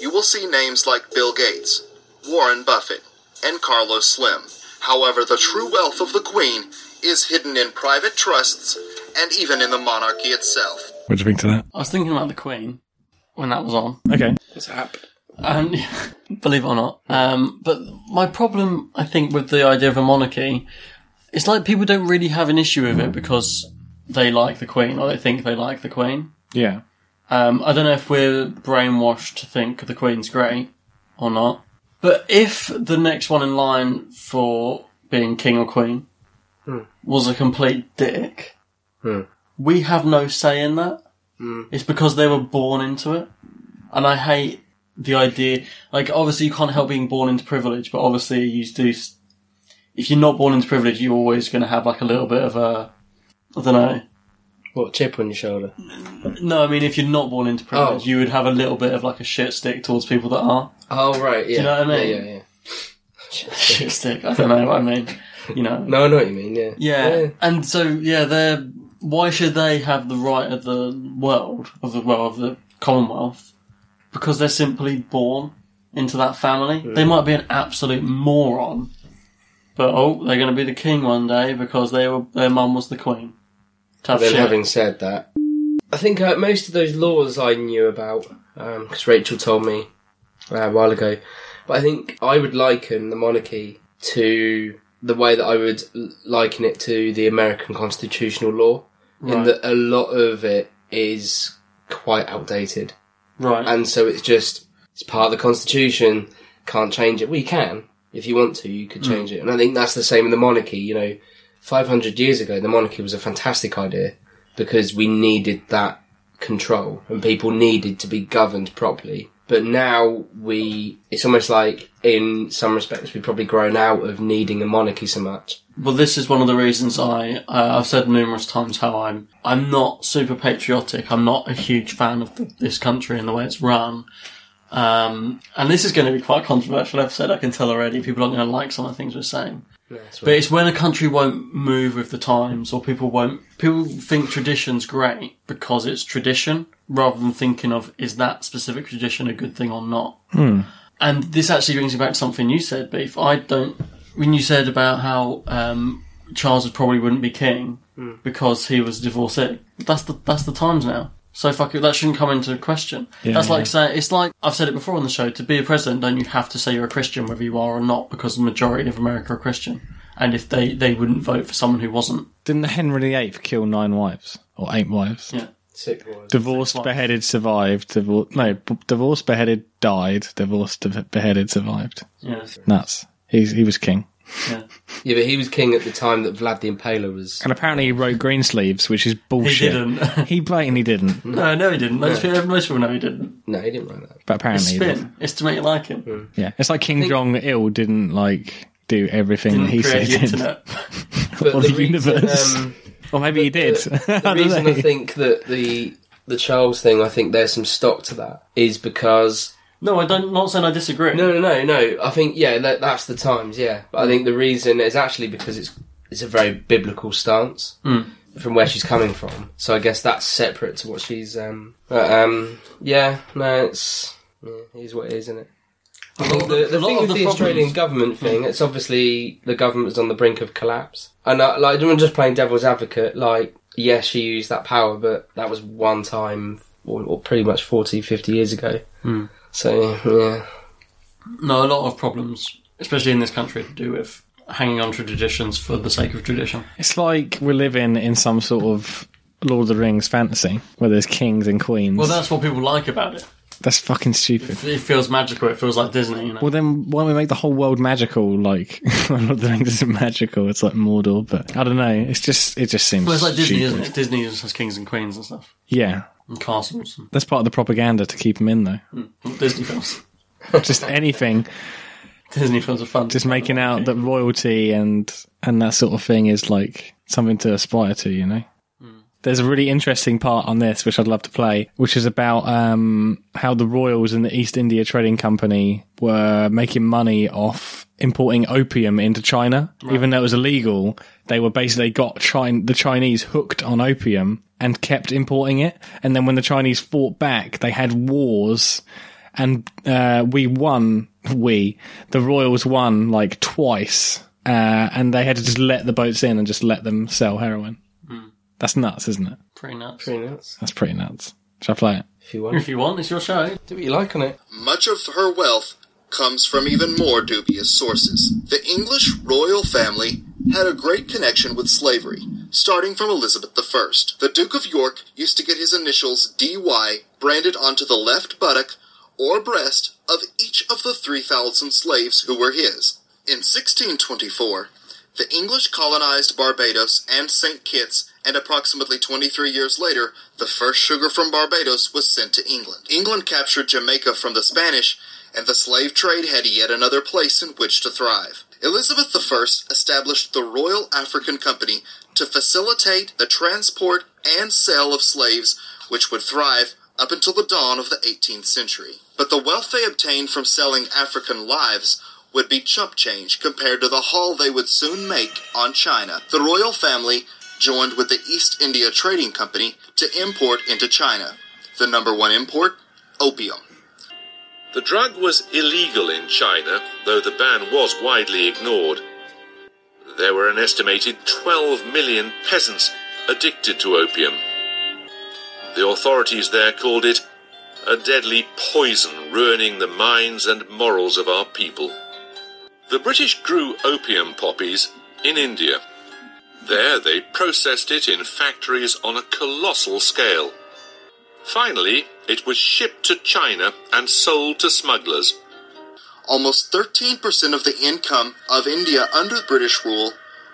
[SPEAKER 5] you will see names like Bill Gates, Warren Buffett, and Carlos Slim. However, the true wealth of the Queen is hidden in private trusts and even in the monarchy itself.
[SPEAKER 2] What do you think to that?
[SPEAKER 4] I was thinking about the Queen when that was on.
[SPEAKER 2] Okay.
[SPEAKER 6] It's app.
[SPEAKER 4] <laughs> And believe it or not, um, but my problem, I think, with the idea of a monarchy, it's like people don't really have an issue with it because they like the Queen or they think they like the Queen.
[SPEAKER 2] Yeah.
[SPEAKER 4] Um, I don't know if we're brainwashed to think the Queen's great or not, but if the next one in line for being king or queen
[SPEAKER 6] Hmm.
[SPEAKER 4] was a complete dick, we
[SPEAKER 6] Hmm.
[SPEAKER 4] have no say in that. It's because they were born into it, and I hate the idea, like obviously you can't help being born into privilege, but obviously you do. s- If you're not born into privilege, you're always going to have like a little bit of a, I don't know.
[SPEAKER 6] What chip on your shoulder?
[SPEAKER 4] No, I mean if you're not born into privilege,
[SPEAKER 6] Oh.
[SPEAKER 4] you would have a little bit of like a shit stick towards people
[SPEAKER 6] <laughs>
[SPEAKER 4] that are
[SPEAKER 6] Oh right, yeah.
[SPEAKER 4] you know what I
[SPEAKER 6] Yeah,
[SPEAKER 4] mean?
[SPEAKER 6] yeah, yeah.
[SPEAKER 4] shit stick. I don't know what I mean. You know,
[SPEAKER 6] No, <laughs> I know what you mean. Yeah.
[SPEAKER 4] Yeah. And so yeah, they're why should they have the right of the world of the well of the Commonwealth? Because they're simply born into that family. They might be an absolute moron. But oh, they're gonna be the king one day because they were their mum was the queen. Tough
[SPEAKER 6] Then
[SPEAKER 4] shit.
[SPEAKER 6] having said that, I think uh, most of those laws I knew about because Rachel told me uh, a while ago. But I think I would liken the monarchy to the way that I would l- liken it to the American constitutional law, in
[SPEAKER 4] Right.
[SPEAKER 6] that a lot of it is quite outdated,
[SPEAKER 4] right.
[SPEAKER 6] and so it's just it's part of the Constitution. Can't change it. Well, you can if you want to. You could
[SPEAKER 4] Hmm.
[SPEAKER 6] change it, and I think that's the same in the monarchy. You know, 500 years ago, the monarchy was a fantastic idea because we needed that control and people needed to be governed properly. But now we, it's almost like in some respects, we've probably grown out of needing a monarchy so much.
[SPEAKER 4] Well, this is one of the reasons I uh, I've said numerous times how I'm I'm not super patriotic. I'm not a huge fan of th- this country and the way it's run. Um, and this is going to be quite a controversial episode. I can tell already. People aren't going to like some of the things we're saying. but it's when a country won't move with the times, or people won't. People think tradition's great because it's tradition, rather than thinking of is that specific tradition a good thing or not. And this actually brings me back to something you said, Beef. I don't. When you said about how um, Charles would probably wouldn't be king because he was divorcee, that's the that's the times now. So fuck it, that shouldn't come into question. that's like saying it's like I've said it before on the show. To be a president, don't you have to say you're a Christian whether you are or not because the majority of America are Christian, and if they they wouldn't vote for someone who wasn't.
[SPEAKER 2] Didn't Henry VIII kill nine wives or eight wives?
[SPEAKER 4] Yeah.
[SPEAKER 6] Sick wars.
[SPEAKER 2] Divorced,
[SPEAKER 4] Six wives.
[SPEAKER 2] beheaded, survived. Divor- no, b- divorced, beheaded, died. Divorced, di- beheaded, survived.
[SPEAKER 4] Yeah,
[SPEAKER 2] Nuts. He's, he was king.
[SPEAKER 4] yeah.
[SPEAKER 6] Yeah, but he was king at the time that Vlad the Impaler was.
[SPEAKER 2] And apparently he wrote Greensleeves, which is bullshit.
[SPEAKER 4] didn't.
[SPEAKER 2] he blatantly didn't,
[SPEAKER 4] <laughs> No, no, he didn't. Most, people, most people know he didn't.
[SPEAKER 6] No, he didn't write that. Hmm.
[SPEAKER 2] but apparently
[SPEAKER 4] It's
[SPEAKER 2] he did.
[SPEAKER 4] spin. It's to make you like him.
[SPEAKER 2] Yeah, it's like King Jong Il didn't like do everything
[SPEAKER 4] Didn't
[SPEAKER 2] he said
[SPEAKER 4] create
[SPEAKER 2] he
[SPEAKER 4] the
[SPEAKER 2] did. <laughs>
[SPEAKER 4] internet.
[SPEAKER 6] But
[SPEAKER 2] Or the
[SPEAKER 4] uh,
[SPEAKER 2] universe.
[SPEAKER 6] um,
[SPEAKER 2] <laughs> Or maybe he did. <laughs> I
[SPEAKER 6] the
[SPEAKER 2] don't
[SPEAKER 6] reason
[SPEAKER 2] know.
[SPEAKER 6] I think that the the Charles thing, I think there's some stock to that, is because
[SPEAKER 4] No, I don't. Not saying I disagree. Mm.
[SPEAKER 6] no, no, no, no. I think yeah, that, that's the times, yeah. But I think the reason is actually because it's it's a very biblical stance
[SPEAKER 4] Mm.
[SPEAKER 6] from where she's coming from. So I guess that's separate to what she's. Um, but, um, yeah, no, it's yeah, it is what it is, isn't it? I think the,
[SPEAKER 4] a
[SPEAKER 6] the
[SPEAKER 4] lot
[SPEAKER 6] thing
[SPEAKER 4] of
[SPEAKER 6] with
[SPEAKER 4] the
[SPEAKER 6] the, Hmm. Australian
[SPEAKER 4] problems-
[SPEAKER 6] government thing, it's obviously the government's on the brink of collapse. And I, like, I'm just playing devil's advocate. Like, yes, she used that power, but that was one time, or, or pretty much 40, 50 years ago. So yeah,
[SPEAKER 4] No, a lot of problems, especially in this country, to do with hanging on to traditions for the sake of tradition.
[SPEAKER 2] It's like we're living in some sort of Lord of the Rings fantasy where there's kings and queens.
[SPEAKER 4] Well, that's what people like about it.
[SPEAKER 2] that's fucking stupid.
[SPEAKER 4] It feels magical. It feels like Disney. You know?
[SPEAKER 2] Well, then why don't we make the whole world magical? Like, <laughs> Lord of the Rings isn't magical. It's like Mordor, but I don't know. It's just, it just seems.
[SPEAKER 4] Well, it's like Disney,
[SPEAKER 2] stupid.
[SPEAKER 4] isn't it? Disney just has kings and queens and stuff,
[SPEAKER 2] Yeah,
[SPEAKER 4] and castles, and
[SPEAKER 2] that's part of the propaganda to keep them in, though.
[SPEAKER 6] <laughs>
[SPEAKER 4] Disney films.
[SPEAKER 2] <laughs> just anything,
[SPEAKER 4] Disney films are fun.
[SPEAKER 2] just making out that royalty and and that sort of thing is like something to aspire to. You know. There's a really interesting part on this which I'd love to play, which is about um, how the royals and the East India Trading Company were making money off importing opium into China, even though it was illegal. They were basically got China, the Chinese hooked on opium and kept importing it. And then when the Chinese fought back, they had wars, and uh, we won. <laughs> We the royals won like twice, uh, and they had to just let the boats in and just let them sell heroin. That's nuts, isn't it?
[SPEAKER 4] pretty nuts.
[SPEAKER 6] three minutes
[SPEAKER 2] That's pretty nuts. Shall I play it?
[SPEAKER 6] if you want.
[SPEAKER 4] If you want, it's your show.
[SPEAKER 6] Do what you like on it.
[SPEAKER 5] Much of her wealth comes from even more dubious sources. The English royal family had a great connection with slavery, starting from Elizabeth I. The Duke of York used to get his initials DY branded onto the left buttock or breast of each of the 3,000 slaves who were his. In 1624, the English colonized Barbados and St. Kitts and approximately 23 years later, the first sugar from Barbados was sent to England. England captured Jamaica from the Spanish, and the slave trade had yet another place in which to thrive. Elizabeth I established the Royal African Company to facilitate the transport and sale of slaves, which would thrive up until the dawn of the 18th century. But the wealth they obtained from selling African lives would be chump change compared to the haul they would soon make on China. The royal family joined with the East India Trading Company to import into China. The number one import? Opium.
[SPEAKER 9] The drug was illegal in China, though the ban was widely ignored. There were an estimated 12 million peasants addicted to opium. The authorities there called it a deadly poison ruining the minds and morals of our people. The British grew opium poppies in India. There they processed it in factories on a colossal scale. Finally, it was shipped to China and sold to smugglers.
[SPEAKER 5] Almost 13% of the income of India under British rule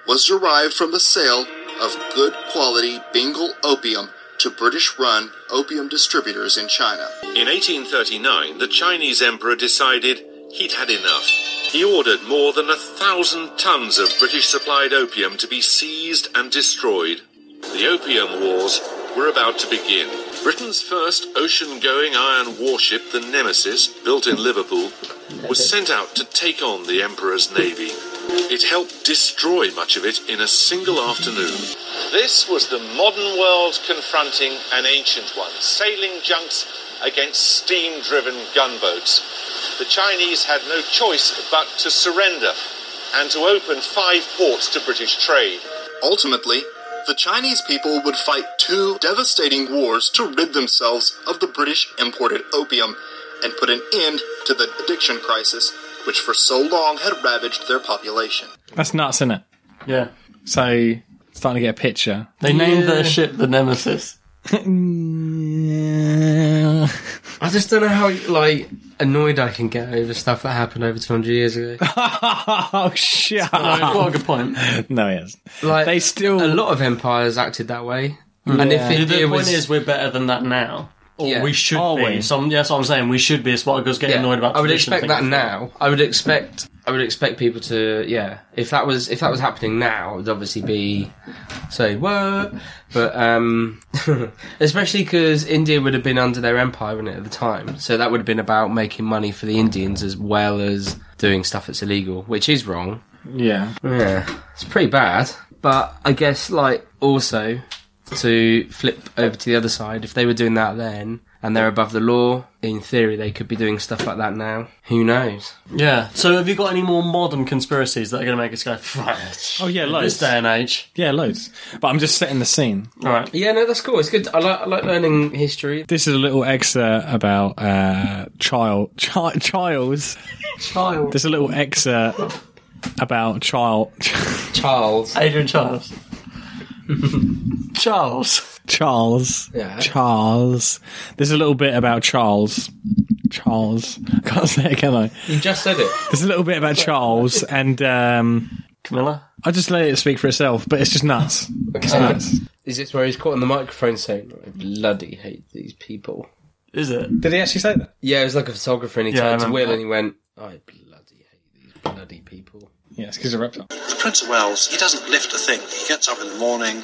[SPEAKER 5] was derived from the sale of good quality Bengal opium to British run opium distributors in China.
[SPEAKER 9] In 1839, the Chinese emperor decided he'd had enough. He ordered more than a thousand tons of British supplied opium to be seized and destroyed. The Opium Wars were about to begin. Britain's first ocean going iron warship, the Nemesis, built in Liverpool, was sent out to take on the Emperor's navy. It helped destroy much of it in a single afternoon. This was the modern world confronting an ancient one, sailing junks against steam driven gunboats. The Chinese had no choice but to surrender and to open five ports to British trade.
[SPEAKER 5] Ultimately, the Chinese people would fight two devastating wars to rid themselves of the British imported opium and put an end to the addiction crisis which for so long had ravaged their population.
[SPEAKER 2] That's nuts, isn't it?
[SPEAKER 4] Yeah.
[SPEAKER 2] So, starting to get a picture.
[SPEAKER 4] They named their ship the Nemesis.
[SPEAKER 6] I just don't know how like annoyed I can get over stuff that happened over 200
[SPEAKER 2] <laughs>
[SPEAKER 6] years ago.
[SPEAKER 2] oh, shit.
[SPEAKER 4] what a good <laughs> point.
[SPEAKER 2] No, he hasn't.
[SPEAKER 6] Like
[SPEAKER 2] They still- Hmm.
[SPEAKER 6] a lot of empires acted that way. And if
[SPEAKER 4] The,
[SPEAKER 6] India
[SPEAKER 4] point
[SPEAKER 6] was
[SPEAKER 4] is, we're better than that now. Or
[SPEAKER 6] Yeah.
[SPEAKER 4] we should
[SPEAKER 2] Are
[SPEAKER 4] be.
[SPEAKER 2] we?
[SPEAKER 4] Some, yes, I'm saying we should be. It's what I was getting
[SPEAKER 6] Yeah,
[SPEAKER 4] annoyed about.
[SPEAKER 6] I would
[SPEAKER 4] tradition
[SPEAKER 6] expect that
[SPEAKER 4] thing.
[SPEAKER 6] now. I would expect. I would expect people to. Yeah, if that was if that was happening now, it'd obviously be say what, but um, <laughs> especially because India would have been under their empire wouldn't it, at the time, so that would have been about making money for the Indians as well as doing stuff that's illegal, which is wrong.
[SPEAKER 2] Yeah.
[SPEAKER 6] Yeah, it's pretty bad. But I guess like also to flip over to the other side, if they were doing that then and they're above the law, in theory they could be doing stuff like that now. Who knows?
[SPEAKER 4] Yeah. So have you got any more modern conspiracies that are going to make us go, right?
[SPEAKER 2] Oh, yeah,
[SPEAKER 4] This
[SPEAKER 2] loads.
[SPEAKER 4] day and age.
[SPEAKER 2] Yeah, loads. But I'm just setting the scene.
[SPEAKER 4] All right.
[SPEAKER 6] Yeah, no, that's cool. It's good. I like I like learning history.
[SPEAKER 2] This is a little excerpt about uh, <laughs> child, chi- Charles.
[SPEAKER 6] Child,
[SPEAKER 2] There's a little excerpt about child,
[SPEAKER 6] Charles.
[SPEAKER 4] Adrian Charles. Charles.
[SPEAKER 2] Charles.
[SPEAKER 6] Yeah.
[SPEAKER 2] Charles. There's a little bit about Charles. Charles. <laughs> I can't say it, can I?
[SPEAKER 6] You just said it.
[SPEAKER 2] There's a little bit about Charles, and um,
[SPEAKER 4] Camilla?
[SPEAKER 2] I just let it speak for itself. But it's just nuts. It's nuts.
[SPEAKER 6] Is this where he's caught on the microphone saying, "I bloody hate these people"?
[SPEAKER 4] Is it?
[SPEAKER 2] Did he actually say that?
[SPEAKER 6] Yeah, it was like a photographer, and he
[SPEAKER 4] Yeah, I
[SPEAKER 6] turned to
[SPEAKER 4] remember
[SPEAKER 6] Will,
[SPEAKER 4] that.
[SPEAKER 6] and he went, "I bloody hate these bloody people."
[SPEAKER 2] Yeah, it's because of
[SPEAKER 6] <laughs>
[SPEAKER 2] reptile.
[SPEAKER 10] The Prince of Wales, he doesn't lift a thing. He gets up in the morning,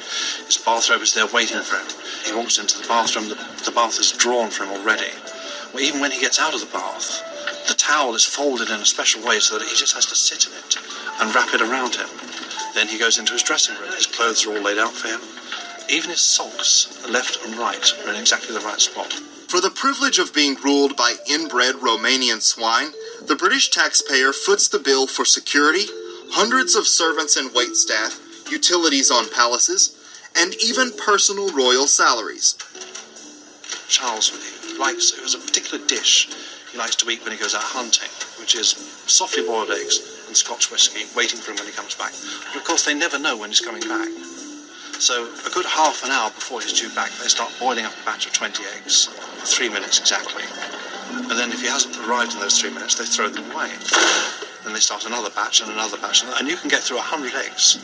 [SPEAKER 10] his bathrobe is there waiting for him. He walks into the bathroom, the, the bath is drawn for him already. Well, even when he gets out of the bath, the towel is folded in a special way so that he just has to sit in it and wrap it around him. Then he goes into his dressing room, his clothes are all laid out for him. Even his socks, left and right, are in exactly the right spot.
[SPEAKER 5] For the privilege of being ruled by inbred Romanian swine, the British taxpayer foots the bill for security, hundreds of servants and waitstaff, utilities on palaces, and even personal royal salaries.
[SPEAKER 10] Charles really likes it. It was a particular dish he likes to eat when he goes out hunting, which is softly boiled eggs and Scotch whisky, waiting for him when he comes back. But of course, they never know when he's coming back. So, a good half an hour before he's due back, they start boiling up a batch of 20 eggs, three minutes exactly. And then, if he hasn't arrived in those three minutes, they throw them away. Then they start another batch and another batch, and and you can get through 100 eggs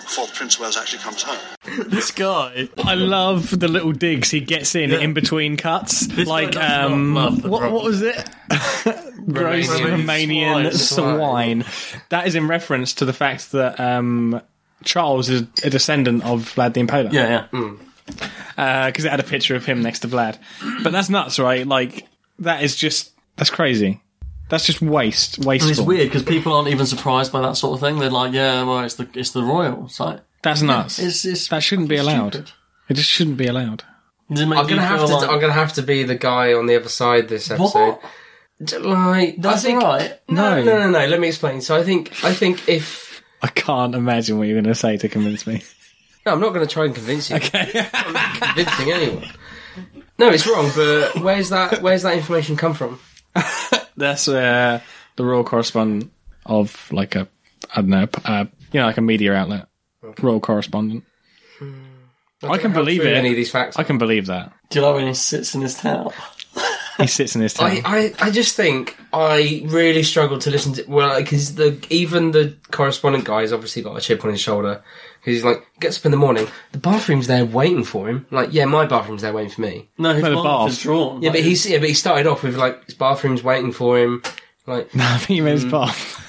[SPEAKER 10] before the Prince of Wales actually comes home.
[SPEAKER 4] this guy.
[SPEAKER 2] I love the little digs he gets in in between cuts. like,
[SPEAKER 4] does
[SPEAKER 2] um,
[SPEAKER 4] not love the
[SPEAKER 2] what, what
[SPEAKER 4] problem.
[SPEAKER 2] was it? Gross
[SPEAKER 4] <laughs> Romanian
[SPEAKER 2] Romanian
[SPEAKER 4] swine.
[SPEAKER 2] swine. That is in reference to the fact that um, Charles is a descendant of Vlad the Impaler.
[SPEAKER 4] Yeah, yeah.
[SPEAKER 6] Mm.
[SPEAKER 2] Because it had a picture of him next to Vlad. But that's nuts, right? Like, that is just. That's crazy. That's just waste.
[SPEAKER 4] And it's
[SPEAKER 2] Wasteful.
[SPEAKER 4] weird because people aren't even surprised by that sort of thing. They're like, yeah, well, it's the it's the royal. It's like,
[SPEAKER 2] That's nuts.
[SPEAKER 4] it's, it's
[SPEAKER 2] that shouldn't be allowed.
[SPEAKER 4] stupid.
[SPEAKER 2] It just shouldn't be allowed.
[SPEAKER 4] Does it make
[SPEAKER 6] I'm gonna
[SPEAKER 4] you
[SPEAKER 6] have to.
[SPEAKER 4] feel like-
[SPEAKER 6] I'm gonna have to be the guy on the other side this episode.
[SPEAKER 4] What?
[SPEAKER 6] D- Like,
[SPEAKER 4] That's
[SPEAKER 6] I think,
[SPEAKER 4] right.
[SPEAKER 2] No.
[SPEAKER 6] No, no, no, no. Let me explain. So I think, I think if
[SPEAKER 2] I can't imagine what you're going to say to convince me.
[SPEAKER 6] no, I'm not gonna try and convince you. I'm not convincing anyone. No, it's wrong. But where's that? Where's that information come from?
[SPEAKER 2] That's uh, the royal correspondent of like a I don't know, p- uh, you know, like a media outlet. Royal correspondent. I can
[SPEAKER 6] know how
[SPEAKER 2] believe
[SPEAKER 6] true
[SPEAKER 2] it.
[SPEAKER 6] any of these facts
[SPEAKER 2] I can believe that.
[SPEAKER 4] Do you like when he sits in his towel?
[SPEAKER 2] He sits in his town.
[SPEAKER 6] I, I, I just think I really struggled to listen to well because the even the correspondent guy's obviously got a chip on his shoulder because he's like gets up in the morning the bathroom's there waiting for him like yeah my bathroom's there waiting for me
[SPEAKER 4] No, his
[SPEAKER 2] No, the
[SPEAKER 4] bath,
[SPEAKER 2] bath.
[SPEAKER 4] is drawn.
[SPEAKER 6] yeah but he's yeah but he started off with like his bathroom's waiting for him like
[SPEAKER 2] <laughs>
[SPEAKER 6] Mm.
[SPEAKER 2] I think he meant his bath.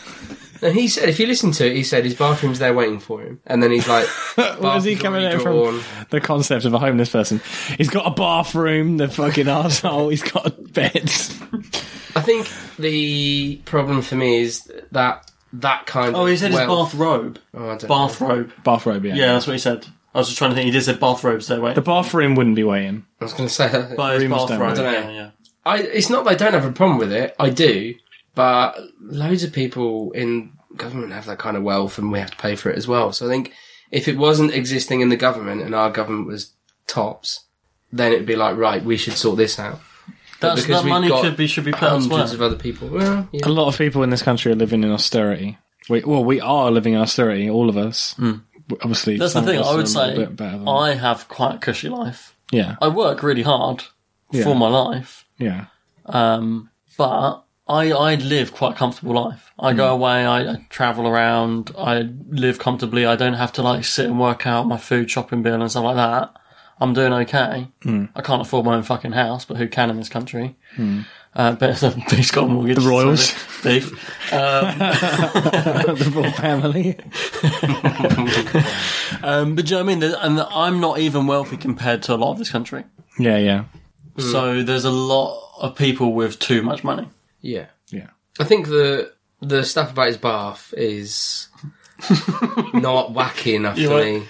[SPEAKER 6] no he said if you listen to it he said his bathroom's there waiting for him and then
[SPEAKER 2] <laughs>
[SPEAKER 6] he's like
[SPEAKER 2] What is he
[SPEAKER 6] bathroom's
[SPEAKER 2] coming
[SPEAKER 6] already
[SPEAKER 2] in from?
[SPEAKER 6] drawn.
[SPEAKER 2] The concept of a homeless person. He's got a bathroom, the fucking <laughs> asshole. He's got a bed.
[SPEAKER 6] I think the problem for me is that that kind
[SPEAKER 4] oh,
[SPEAKER 6] of
[SPEAKER 4] he said his
[SPEAKER 6] wealth-
[SPEAKER 4] bathrobe.
[SPEAKER 6] oh, I don't know.
[SPEAKER 4] Bathrobe.
[SPEAKER 2] Bathrobe, yeah.
[SPEAKER 4] Yeah, that's what he said. I was just trying to think. He did say bathrobes there, wait.
[SPEAKER 2] The bathroom wouldn't be waiting.
[SPEAKER 6] I was going to say that
[SPEAKER 4] but it's
[SPEAKER 2] rooms don't-
[SPEAKER 4] bathrobe.
[SPEAKER 2] I
[SPEAKER 6] dunno.
[SPEAKER 4] Yeah, yeah.
[SPEAKER 6] I it's not that I don't have a problem with it. I do, but loads of people in government have that kind of wealth, and we have to pay for it as well. So I think if it wasn't existing in the government and our government was tops, then it'd be like right, we should sort this out.
[SPEAKER 4] That's,
[SPEAKER 6] because
[SPEAKER 4] that
[SPEAKER 6] we've
[SPEAKER 4] money
[SPEAKER 6] got
[SPEAKER 4] could be should be put elsewhere.
[SPEAKER 6] Hundreds of other people. Well, yeah.
[SPEAKER 2] A lot of people in this country are living in austerity. We, well, we are living in austerity, all of us. W- Obviously,
[SPEAKER 4] Hmm. That's the
[SPEAKER 2] some of
[SPEAKER 4] thing.
[SPEAKER 2] us
[SPEAKER 4] I
[SPEAKER 2] are
[SPEAKER 4] would
[SPEAKER 2] a little
[SPEAKER 4] say
[SPEAKER 2] bit better than-
[SPEAKER 4] I have quite a cushy life.
[SPEAKER 2] yeah,
[SPEAKER 4] I work really hard
[SPEAKER 2] Yeah.
[SPEAKER 4] for my life,
[SPEAKER 2] yeah.
[SPEAKER 4] um, but I I live quite a comfortable life. I go
[SPEAKER 2] Hmm.
[SPEAKER 4] away, I, I travel around, I live comfortably. I don't have to like sit and work out my food shopping bill and stuff like that. I'm doing okay.
[SPEAKER 2] Hmm.
[SPEAKER 4] I can't afford my own fucking house, but who can in this country? Uh, but <laughs> he's got a mortgage.
[SPEAKER 2] The royals.
[SPEAKER 4] thief. Um,
[SPEAKER 2] <laughs> the royal family.
[SPEAKER 4] <laughs> um, but do you know what I mean? There's- And I'm not even wealthy compared to a lot of this country.
[SPEAKER 2] Yeah, yeah,
[SPEAKER 4] So there's a lot of people with too much money.
[SPEAKER 6] yeah,
[SPEAKER 2] yeah.
[SPEAKER 6] I think the the stuff about his bath
[SPEAKER 4] <laughs>
[SPEAKER 6] is not wacky enough
[SPEAKER 4] You
[SPEAKER 6] for
[SPEAKER 4] want-
[SPEAKER 6] me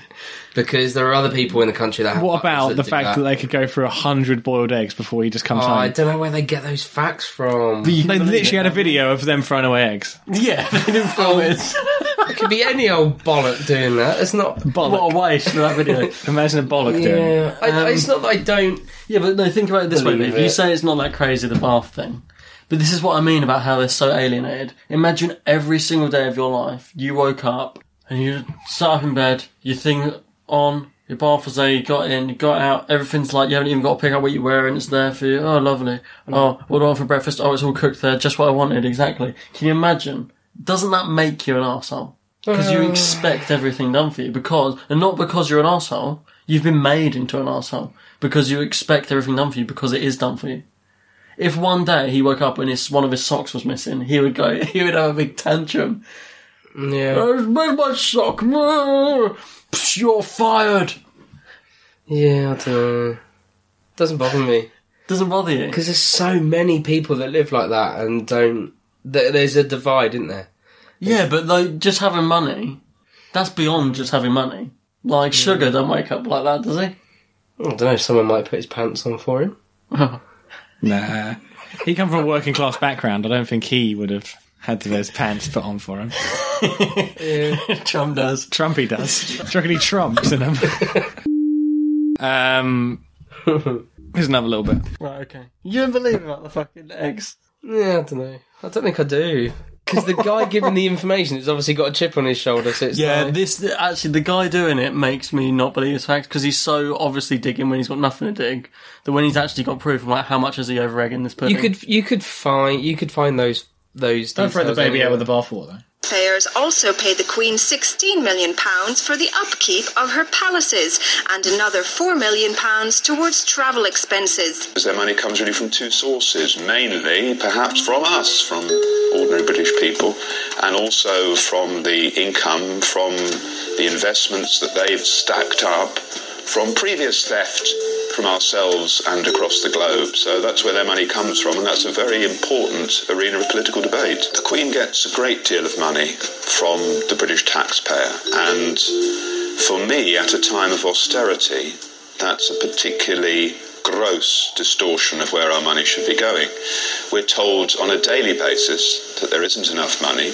[SPEAKER 6] because there are other people in the country that. Have
[SPEAKER 2] What
[SPEAKER 6] baths
[SPEAKER 2] about the
[SPEAKER 6] do
[SPEAKER 2] fact that.
[SPEAKER 6] that
[SPEAKER 2] they could go through a hundred boiled eggs before he just comes
[SPEAKER 6] Oh, I
[SPEAKER 2] home?
[SPEAKER 6] don't know where they get those facts from.
[SPEAKER 2] They literally had a video of them throwing away eggs.
[SPEAKER 4] Yeah, they didn't film it.
[SPEAKER 6] <laughs> It could be any old bollock doing that. It's not.
[SPEAKER 4] What a waste of that video.
[SPEAKER 2] Imagine a bollock doing it.
[SPEAKER 6] Yeah, I, I- it's not that I don't.
[SPEAKER 4] yeah, but no, think about Um, it this way.
[SPEAKER 6] Believe
[SPEAKER 4] If you
[SPEAKER 6] it.
[SPEAKER 4] say it's not that crazy, the bath thing. But this is what I mean about how they're so alienated. Imagine every single day of your life, you woke up and you sat up in bed, your thing on, your bath was there, you got in, you got out, everything's like, you haven't even got to pick up what you're wearing, it's there for you. Oh, lovely. Oh, what do I want for breakfast? Oh, it's all cooked there, just what I wanted, exactly. Can you imagine? Doesn't that make you an arsehole? Because
[SPEAKER 6] Uh.
[SPEAKER 4] you expect everything done for you, because, and not because you're an arsehole, you've been made into an arsehole. Because you expect everything done for you, because it is done for you. If one day he woke up and his one of his socks was missing, he would go. <laughs> He would have a big tantrum.
[SPEAKER 6] Yeah,
[SPEAKER 3] Where's my sock? Psh, You're fired.
[SPEAKER 6] yeah, I don't know. Doesn't bother me
[SPEAKER 4] Doesn't bother you.
[SPEAKER 6] because there's so many people that live like that and don't. th- There's a divide, isn't there?
[SPEAKER 4] Yeah, but like just having money, that's beyond just having money. Like sugar, don't wake up like that, does he?
[SPEAKER 6] I don't know. Someone might put his pants on for him.
[SPEAKER 2] <laughs> Nah, he come from a working class background. I don't think he would have had those pants put on for him. <laughs>
[SPEAKER 4] Chum does.
[SPEAKER 2] Trump he does. Do you reckon he trumps <laughs> in them? um, here's another little bit.
[SPEAKER 4] Right. Okay. You don't believe about the fucking eggs.
[SPEAKER 6] Yeah, I don't know. I don't think I do because the guy giving the information has obviously got a chip on his shoulder. So it's
[SPEAKER 4] Yeah,
[SPEAKER 6] like-
[SPEAKER 4] this actually the guy doing it makes me not believe his facts because he's so obviously digging when he's got nothing to dig. That when he's actually got proof, I'm like, how much is he over egging this pudding?
[SPEAKER 6] you could you could find you could find those those.
[SPEAKER 2] Don't throw the
[SPEAKER 6] details
[SPEAKER 2] baby out
[SPEAKER 6] anywhere.
[SPEAKER 2] with the bathwater.
[SPEAKER 11] taxpayers also pay the Queen £16 million for the upkeep of her palaces and another £4 million towards travel expenses.
[SPEAKER 12] As their money comes really from two sources, mainly perhaps from us, from ordinary British people, and also from the income from the investments that they've stacked up from previous theft from ourselves and across the globe. So that's where their money comes from, and that's a very important arena of political debate. The Queen gets a great deal of money from the British taxpayer, and for me, at a time of austerity, that's a particularly gross distortion of where our money should be going. We're told on a daily basis that there isn't enough money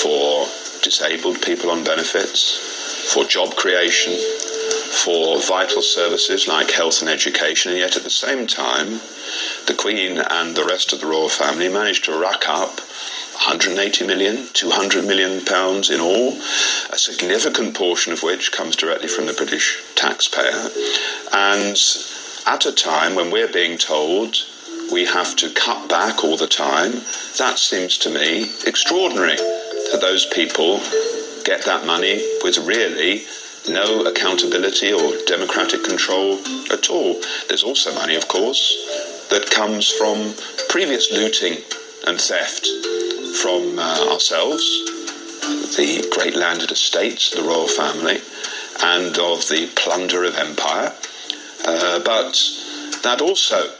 [SPEAKER 12] for disabled people on benefits, for job creation, for vital services like health and education, and yet at the same time, the Queen and the rest of the royal family managed to rack up 180 million, 200 million pounds in all, a significant portion of which comes directly from the British taxpayer. And at a time when we're being told we have to cut back all the time, that seems to me extraordinary that those people get that money with really no accountability or democratic control at all. There's also money, of course, that comes from previous looting and theft from uh, ourselves, the great landed estates, the royal family, and of the plunder of empire. Uh, but that also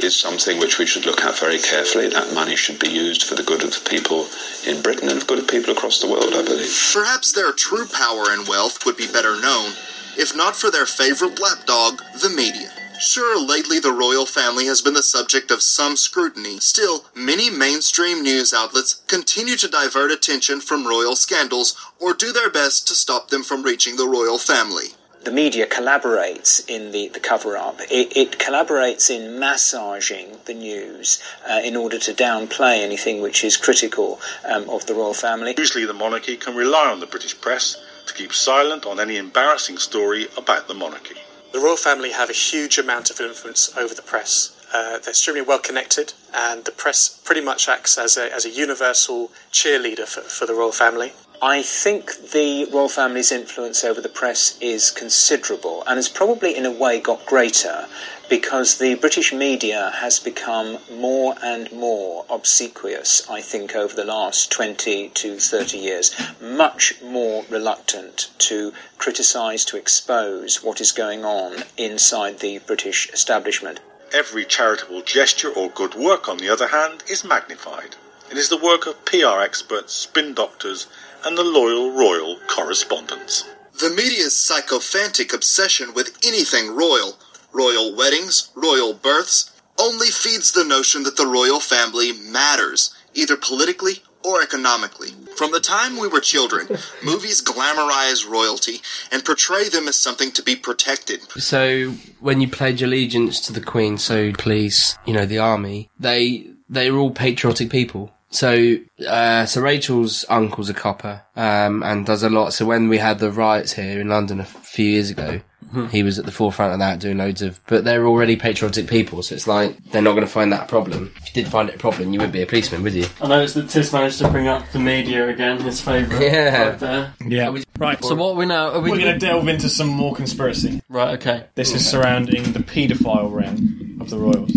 [SPEAKER 12] is something which we should look at very carefully. That money should be used for the good of the people in Britain and the good of people across the world, I believe.
[SPEAKER 5] Perhaps their true power and wealth would be better known if not for their favorite lapdog, the media. Sure, lately the royal family has been the subject of some scrutiny. Still, many mainstream news outlets continue to divert attention from royal scandals or do their best to stop them from reaching the royal family
[SPEAKER 13] the media collaborates in the, the cover up. It, it collaborates in massaging the news uh, in order to downplay anything which is critical um, of the royal family.
[SPEAKER 8] Usually, the monarchy can rely on the British press to keep silent on any embarrassing story about the monarchy.
[SPEAKER 7] The royal family have a huge amount of influence over the press. Uh, they're extremely well connected, and the press pretty much acts as a, as a universal cheerleader for, for the royal
[SPEAKER 6] <laughs>
[SPEAKER 7] family.
[SPEAKER 13] I think the royal family's influence over the press is considerable and has probably, in a way, got greater because the British media has become more and more obsequious, I think, over the last 20 to 30 years, much more reluctant to criticise, to expose what is going on inside the British establishment.
[SPEAKER 8] Every charitable gesture or good work, on the other hand, is magnified. It is the work of PR experts, spin doctors, and the loyal royal correspondents.
[SPEAKER 5] The media's sycophantic obsession with anything royal, royal weddings, royal births, only feeds the notion that the royal family matters, either politically or economically. From the time we were children, movies glamorize royalty and portray them as something to be protected.
[SPEAKER 6] So when you pledge allegiance to the Queen, so police, you know, the army, they they're all patriotic people. So, uh, so Rachel's uncle's a copper, um, and does a lot. So when we had the riots here in London a f- few years ago,
[SPEAKER 4] Hmm.
[SPEAKER 2] Mhm.
[SPEAKER 6] he was at the forefront of that doing loads of, but they're already patriotic people. So it's like, they're not going to find that a problem. If you did find it a problem, you wouldn't be a policeman, would you?
[SPEAKER 4] I noticed that Tis managed to bring up the media again, his favourite.
[SPEAKER 6] Yeah.
[SPEAKER 4] Right there.
[SPEAKER 2] Yeah. Right.
[SPEAKER 4] So what are we now? Are we
[SPEAKER 2] We're going to delve into some more conspiracy.
[SPEAKER 4] Right. Okay.
[SPEAKER 2] This is surrounding the paedophile realm of the royals.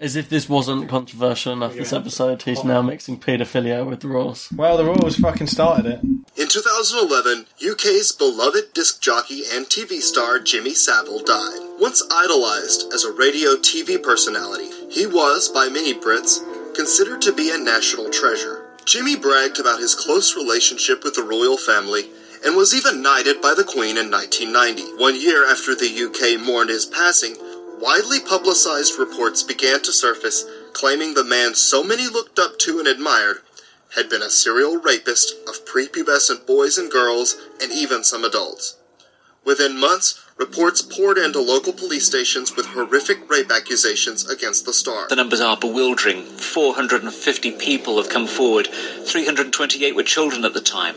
[SPEAKER 4] As if this wasn't controversial enough, this episode, he's now mixing paedophilia with the Royals.
[SPEAKER 2] Well, the royals fucking started it.
[SPEAKER 5] In 2011, UK's beloved disc jockey and TV star Jimmy Savile died. Once idolized as a radio TV personality, he was, by many Brits, considered to be a national treasure. Jimmy bragged about his close relationship with the royal family and was even knighted by the Queen in 1990. One year after the UK mourned his passing, widely publicized reports began to surface claiming the man so many looked up to and admired had been a serial rapist of prepubescent boys and girls and even some adults. Within months, reports poured into local police stations with horrific rape accusations against the star.
[SPEAKER 14] The numbers are bewildering. 450 people have come forward. 328 were children at the time.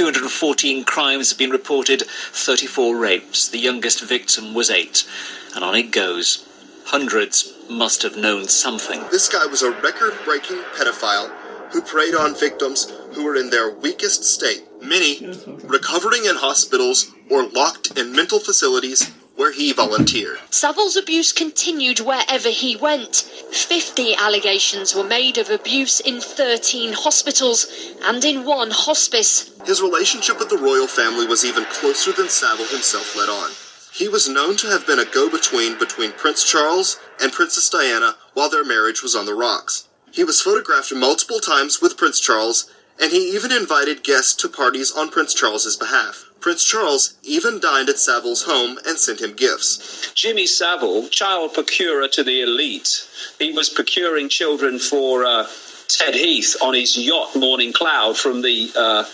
[SPEAKER 14] 214 crimes have been reported, 34 rapes. The youngest victim was eight. And on it goes. Hundreds must have known something.
[SPEAKER 5] This guy was a record breaking pedophile who preyed on victims who are in their weakest state, many recovering in hospitals or locked in mental facilities where he volunteered.
[SPEAKER 15] Savile's abuse continued wherever he went. 50 allegations were made of abuse in 13 hospitals and in one hospice.
[SPEAKER 5] His relationship with the royal family was even closer than Savile himself let on. He was known to have been a go between between Prince Charles and Princess Diana while their marriage was on the rocks. He was photographed multiple times with Prince Charles, and he even invited guests to parties on Prince Charles's behalf. Prince Charles even dined at Savile's home and sent him gifts.
[SPEAKER 16] Jimmy Savile, child procurer to the elite, he was procuring children for uh, Ted Heath on his yacht Morning Cloud from the uh,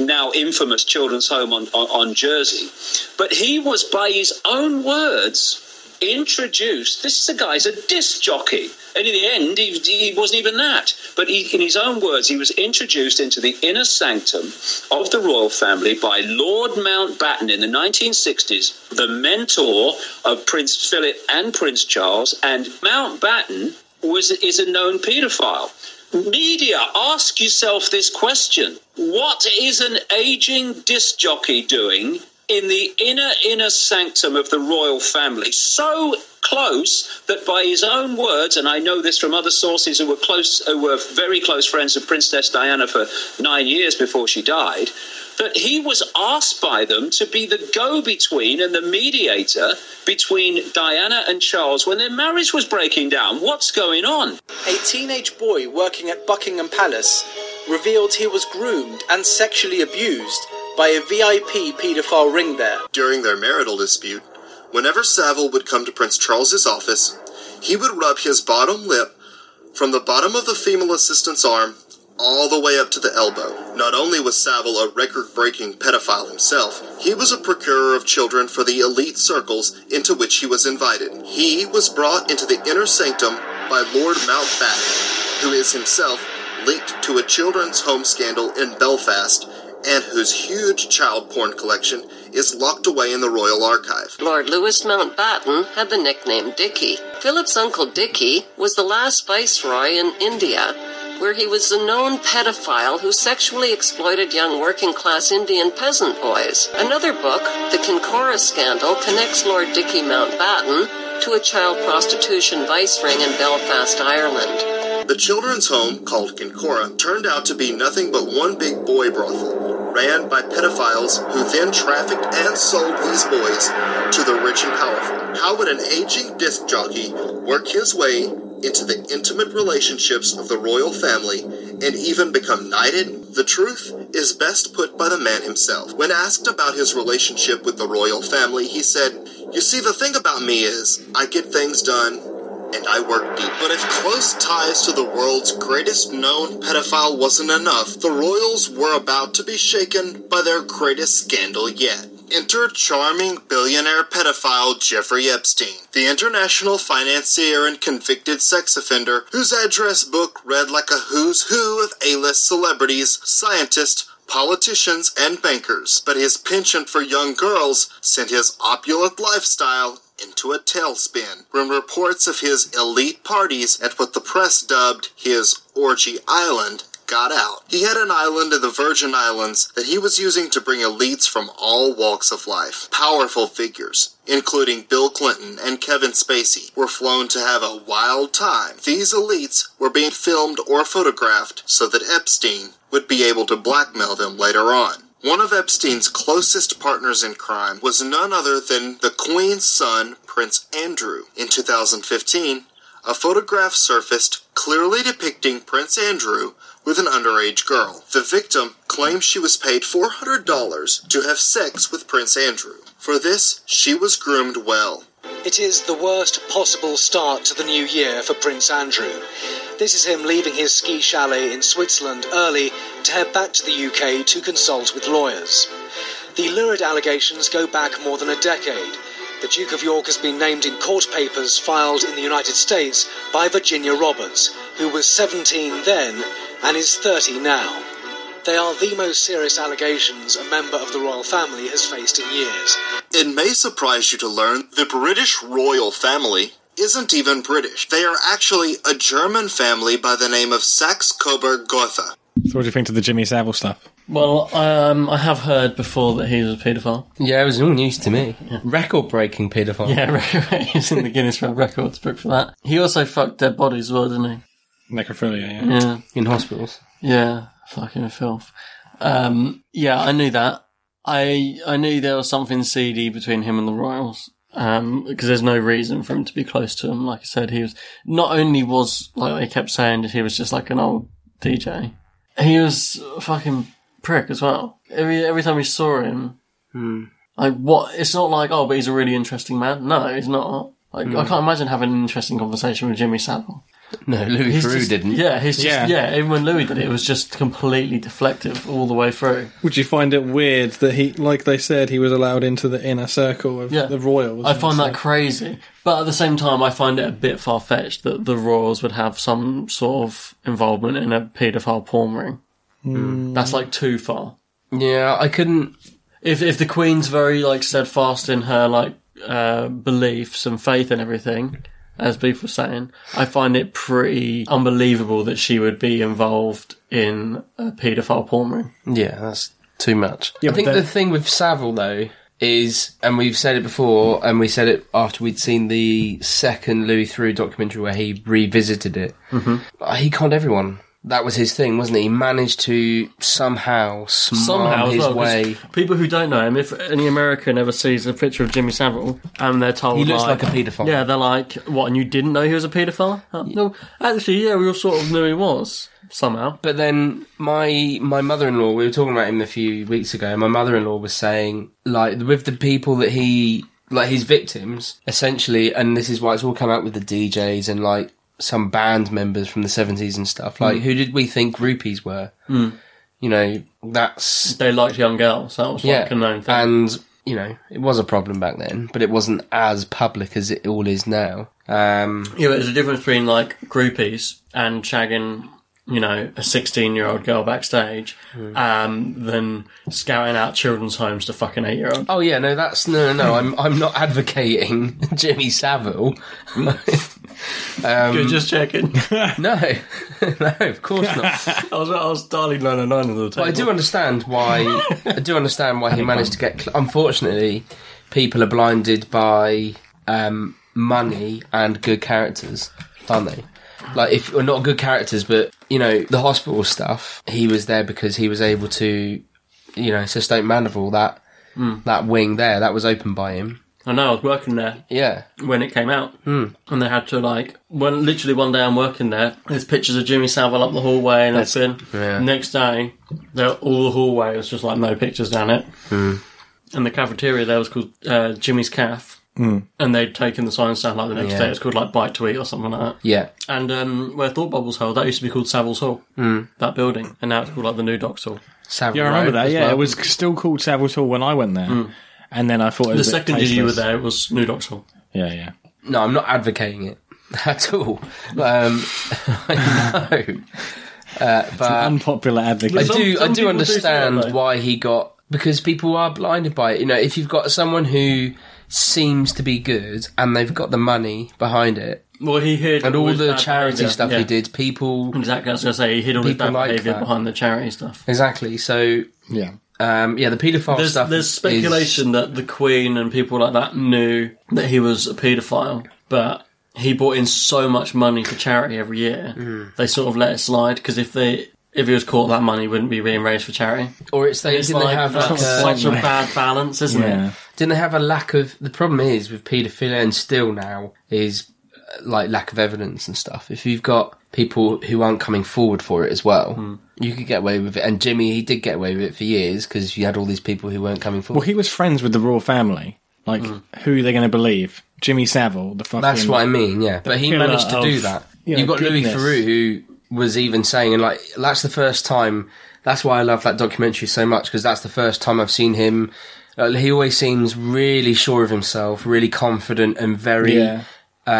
[SPEAKER 16] now infamous children's home on, on, on Jersey. But he was, by his own words, introduced this is a guy's a disc jockey and in the end he, he wasn't even that but he, in his own words he was introduced into the inner sanctum of the royal family by lord mountbatten in the 1960s the mentor of prince philip and prince charles and mountbatten was is a known pedophile media ask yourself this question what is an aging disc jockey doing in the inner, inner sanctum of the royal family, so close that by his own words, and I know this from other sources who were close, who were very close friends of Princess Diana for nine years before she died, that he was asked by them to be the go-between and the mediator between Diana and Charles when their marriage was breaking down. What's going on?
[SPEAKER 17] A teenage boy working at Buckingham Palace revealed he was groomed and sexually abused by a VIP paedophile ring there.
[SPEAKER 5] During their marital dispute, whenever Savile would come to Prince Charles's office, he would rub his bottom lip from the bottom of the female assistant's arm all the way up to the elbow. Not only was Savile a record breaking pedophile himself, he was a procurer of children for the elite circles into which he was invited. He was brought into the inner sanctum by Lord Mountbatten, who is himself linked to a children's home scandal in Belfast and whose huge child porn collection is locked away in the Royal Archive.
[SPEAKER 18] <laughs> Lord Louis Mountbatten had the nickname Dicky. Philip's uncle Dicky was the last viceroy in India, where he was a known pedophile who sexually exploited young working class Indian peasant boys. Another book, The Kinkora Scandal, connects Lord Dicky Mountbatten to a child prostitution vice ring in Belfast, Ireland.
[SPEAKER 5] The children's home, called Kinkora, turned out to be nothing but one big boy brothel, ran by pedophiles who then trafficked and sold these boys to the rich and powerful. How would an aging disc jockey work his way into the intimate relationships of the royal family and even become knighted? The truth is best put by the man himself. When asked about his relationship with the royal family, he said, You see, the thing about me is, I get things done and I work deep. But if close ties to the world's greatest known pedophile wasn't enough, the royals were about to be shaken by their greatest scandal yet. Enter charming billionaire pedophile Jeffrey Epstein, the international financier and convicted sex offender whose address book read like a who's who of A list celebrities, scientists, politicians, and bankers. But his penchant for young girls sent his opulent lifestyle into a tailspin when reports of his elite parties at what the press dubbed his Orgy Island got out. He had an island in the Virgin Islands that he was using to bring elites from all walks of life. Powerful figures, including Bill Clinton and Kevin Spacey, were flown to have a wild time. These elites were being filmed or photographed so that Epstein would be able to blackmail them later on. One of Epstein's closest partners in crime was none other than the Queen's son, Prince Andrew. In 2015, a photograph surfaced clearly depicting Prince Andrew with an underage girl. The victim claimed she was paid $400 to have sex with Prince Andrew. For this, she was groomed well.
[SPEAKER 17] It is the worst possible start to the new year for Prince Andrew. This is him leaving his ski chalet in Switzerland early to head back to the UK to consult with lawyers. The lurid allegations go back more than a decade. The Duke of York has been named in court papers filed in the United States by Virginia Roberts, who was 17 then and is 30 now. They are the most serious allegations a member of the royal family has faced in years.
[SPEAKER 5] It may surprise you to learn the British royal family isn't even British. They are actually a German family by the name of Saxe Coburg Gotha.
[SPEAKER 2] So what do you think to the Jimmy Savile stuff?
[SPEAKER 4] Well, um, I have heard before that he was a paedophile.
[SPEAKER 6] Yeah, it was all news to me. Record breaking paedophile.
[SPEAKER 4] Yeah, <laughs> right, right. he's in the Guinness World Records book for that. He also fucked dead bodies as well, didn't he?
[SPEAKER 2] Necrophilia, yeah.
[SPEAKER 4] Yeah.
[SPEAKER 6] In hospitals.
[SPEAKER 4] Yeah, fucking filth. Um, yeah, I knew that. I I knew there was something seedy between him and the Royals because there's no reason for him to be close to him. Like I said, he was not only was like they kept saying that he was just like an old DJ. He was a fucking prick as well. Every every time we saw him, like what? It's not like oh, but he's a really interesting man. No, he's not. Like
[SPEAKER 6] Hmm.
[SPEAKER 4] I can't imagine having an interesting conversation with Jimmy Savile.
[SPEAKER 6] No, Louis
[SPEAKER 4] He's
[SPEAKER 6] Theroux
[SPEAKER 4] just-
[SPEAKER 6] didn't.
[SPEAKER 4] Yeah, he's just
[SPEAKER 6] Yeah.
[SPEAKER 4] yeah. Even when Louis did it, it was just completely deflective all the way through.
[SPEAKER 2] Would you find it weird that he, like they said, he was allowed into the inner circle of
[SPEAKER 4] Yeah.
[SPEAKER 2] the royals?
[SPEAKER 4] I find that crazy, but at the same time, I find it a bit far fetched that the Royals would have some sort of involvement in a paedophile porn ring.
[SPEAKER 6] Hmm.
[SPEAKER 4] That's like too far.
[SPEAKER 6] Yeah, I couldn't.
[SPEAKER 4] If if the Queen's very like steadfast in her like uh, beliefs and faith and everything, as Beef was saying, I find it pretty unbelievable that she would be involved in a paedophile porn ring.
[SPEAKER 6] Yeah, that's too much. I
[SPEAKER 4] Yeah, but
[SPEAKER 6] think
[SPEAKER 4] then-
[SPEAKER 6] the thing with Savile though is, and we've said it before, and we said it after we'd seen the second Louis Theroux documentary where he revisited it.
[SPEAKER 4] Mhm.
[SPEAKER 6] Uh, He conned everyone. That was his thing, wasn't it? He managed to somehow somehow
[SPEAKER 4] somehow as
[SPEAKER 6] his
[SPEAKER 4] well, 'cause
[SPEAKER 6] way.
[SPEAKER 4] People who don't know him, if any American ever sees a picture of Jimmy Savile and they're told
[SPEAKER 6] He looks like a paedophile.
[SPEAKER 4] yeah, they're like, "What? And you didn't know he was a paedophile?" Uh, no, actually, yeah, we all sort of knew he was somehow.
[SPEAKER 6] But then my my mother in law, we were talking about him a few weeks ago. and My mother in law was saying like with the people that he like his victims essentially, and this is why it's all come out with the DJs and like some band members from the seventies and stuff. Like
[SPEAKER 4] Mm.
[SPEAKER 6] who did we think groupies were?
[SPEAKER 4] Mm.
[SPEAKER 6] Uh, You know that's
[SPEAKER 4] they liked young girls. That was
[SPEAKER 6] yeah,
[SPEAKER 4] like a known thing.
[SPEAKER 6] and you know it was a problem back then, but it wasn't as public as it all is now. Um,
[SPEAKER 4] Yeah, but there's a difference between like groupies and shagging, you know, a 16 year old girl backstage,
[SPEAKER 6] Hmm.
[SPEAKER 4] um, than scouting out children's homes to fucking eight year old.
[SPEAKER 6] Oh yeah, no, that's no, no, no. I'm I'm not advocating <laughs> Jimmy
[SPEAKER 4] <laughs>
[SPEAKER 6] Savile. <laughs> um,
[SPEAKER 4] Good, just checking.
[SPEAKER 6] <laughs> no,
[SPEAKER 4] <laughs>
[SPEAKER 6] no, of course <laughs> not.
[SPEAKER 4] I was, I was darling 909 of the
[SPEAKER 6] But I do understand why. I do understand why he managed to get. Cl- Unfortunately, people are blinded by um, money and good characters, aren't they? Like if or not good characters, but you know the hospital stuff. He was there because he was able to, you know, sustain Mandeville that
[SPEAKER 4] Mm.
[SPEAKER 6] that wing there that was opened by him.
[SPEAKER 4] I know, I was working there.
[SPEAKER 6] Yeah.
[SPEAKER 4] When it came out.
[SPEAKER 6] Hmm.
[SPEAKER 4] And they had to, like, when literally one day I'm working there, there's pictures of Jimmy Savile up the hallway and
[SPEAKER 6] That's-
[SPEAKER 4] that's in.
[SPEAKER 6] yeah.
[SPEAKER 4] Next day, there, all the hallway was just like no pictures down it.
[SPEAKER 6] Hmm.
[SPEAKER 4] And the cafeteria there was called uh, Jimmy's Calf.
[SPEAKER 6] Hmm.
[SPEAKER 4] And they'd taken the signs down like the next
[SPEAKER 6] Yeah.
[SPEAKER 4] day. It's called like Bite to Eat or something like that.
[SPEAKER 6] Yeah.
[SPEAKER 4] And um, where Thought Bubbles held, that used to be called Savile's Hall.
[SPEAKER 6] Mm.
[SPEAKER 4] That building. And now it's called like the New Docks Hall.
[SPEAKER 6] Savile
[SPEAKER 2] Yeah, I remember that. Yeah, it was still called Savile Hall when I went there, and then I thought it
[SPEAKER 4] Hmm. The
[SPEAKER 2] was a bit
[SPEAKER 4] second year you were
[SPEAKER 2] tasteless.
[SPEAKER 4] there, it was New Docks Hall.
[SPEAKER 2] Yeah, yeah.
[SPEAKER 6] No, I'm not advocating it <laughs> at all. Um, <laughs> I know, uh, but
[SPEAKER 2] unpopular advocate.
[SPEAKER 6] I
[SPEAKER 2] Some-
[SPEAKER 6] do,
[SPEAKER 2] some
[SPEAKER 6] I
[SPEAKER 2] people do
[SPEAKER 6] do
[SPEAKER 2] that,
[SPEAKER 6] understand
[SPEAKER 2] though.
[SPEAKER 6] why he got because people are blinded by it. You know, if you've got someone who seems to be good and they've got the money behind it,
[SPEAKER 4] Well, he hid
[SPEAKER 6] and all
[SPEAKER 4] his
[SPEAKER 6] the
[SPEAKER 4] bad
[SPEAKER 6] charity
[SPEAKER 4] behaviour,
[SPEAKER 6] stuff
[SPEAKER 4] yeah.
[SPEAKER 6] he did, people
[SPEAKER 4] Exactly, I was going to say he hid all his
[SPEAKER 6] People
[SPEAKER 4] bad
[SPEAKER 6] like
[SPEAKER 4] behaviour
[SPEAKER 6] that.
[SPEAKER 4] behind the charity stuff.
[SPEAKER 6] exactly. So
[SPEAKER 2] yeah,
[SPEAKER 6] um, yeah, the paedophile
[SPEAKER 4] There's,
[SPEAKER 6] stuff.
[SPEAKER 4] there's
[SPEAKER 6] is-
[SPEAKER 4] speculation that the Queen and people like that knew that he was a paedophile, but he brought in so much money for charity every year,
[SPEAKER 6] Hmm.
[SPEAKER 4] they sort of let it slide because if they if he was caught, that money wouldn't be reimbursed for charity.
[SPEAKER 6] or it's they
[SPEAKER 4] It's
[SPEAKER 6] didn't they
[SPEAKER 4] like,
[SPEAKER 6] have
[SPEAKER 4] that's
[SPEAKER 6] like
[SPEAKER 4] such a bad balance, isn't it?
[SPEAKER 6] Didn't they have a lack of the problem is with paedophilia and still now is uh, like lack of evidence and stuff. If you've got people who aren't coming forward for it as well, you could get away with it. And Jimmy, he did get away with it for years because you had all these people who weren't coming
[SPEAKER 2] Well,
[SPEAKER 6] forward.
[SPEAKER 2] he was friends with the royal family. Like,
[SPEAKER 4] Hmm.
[SPEAKER 2] who are they going to believe? Jimmy Savile, the fucking.
[SPEAKER 6] That's what I mean, yeah.
[SPEAKER 2] the
[SPEAKER 6] But he
[SPEAKER 2] pillar
[SPEAKER 6] managed to do
[SPEAKER 2] of,
[SPEAKER 6] that.
[SPEAKER 2] you
[SPEAKER 6] You
[SPEAKER 2] know,
[SPEAKER 6] have got
[SPEAKER 2] goodness.
[SPEAKER 6] Louis Theroux who was even saying, and like that's the first time. That's why I love that documentary so much because that's the first time I've seen him. Uh, he always seems really sure of himself, really confident, and very.
[SPEAKER 2] Yeah.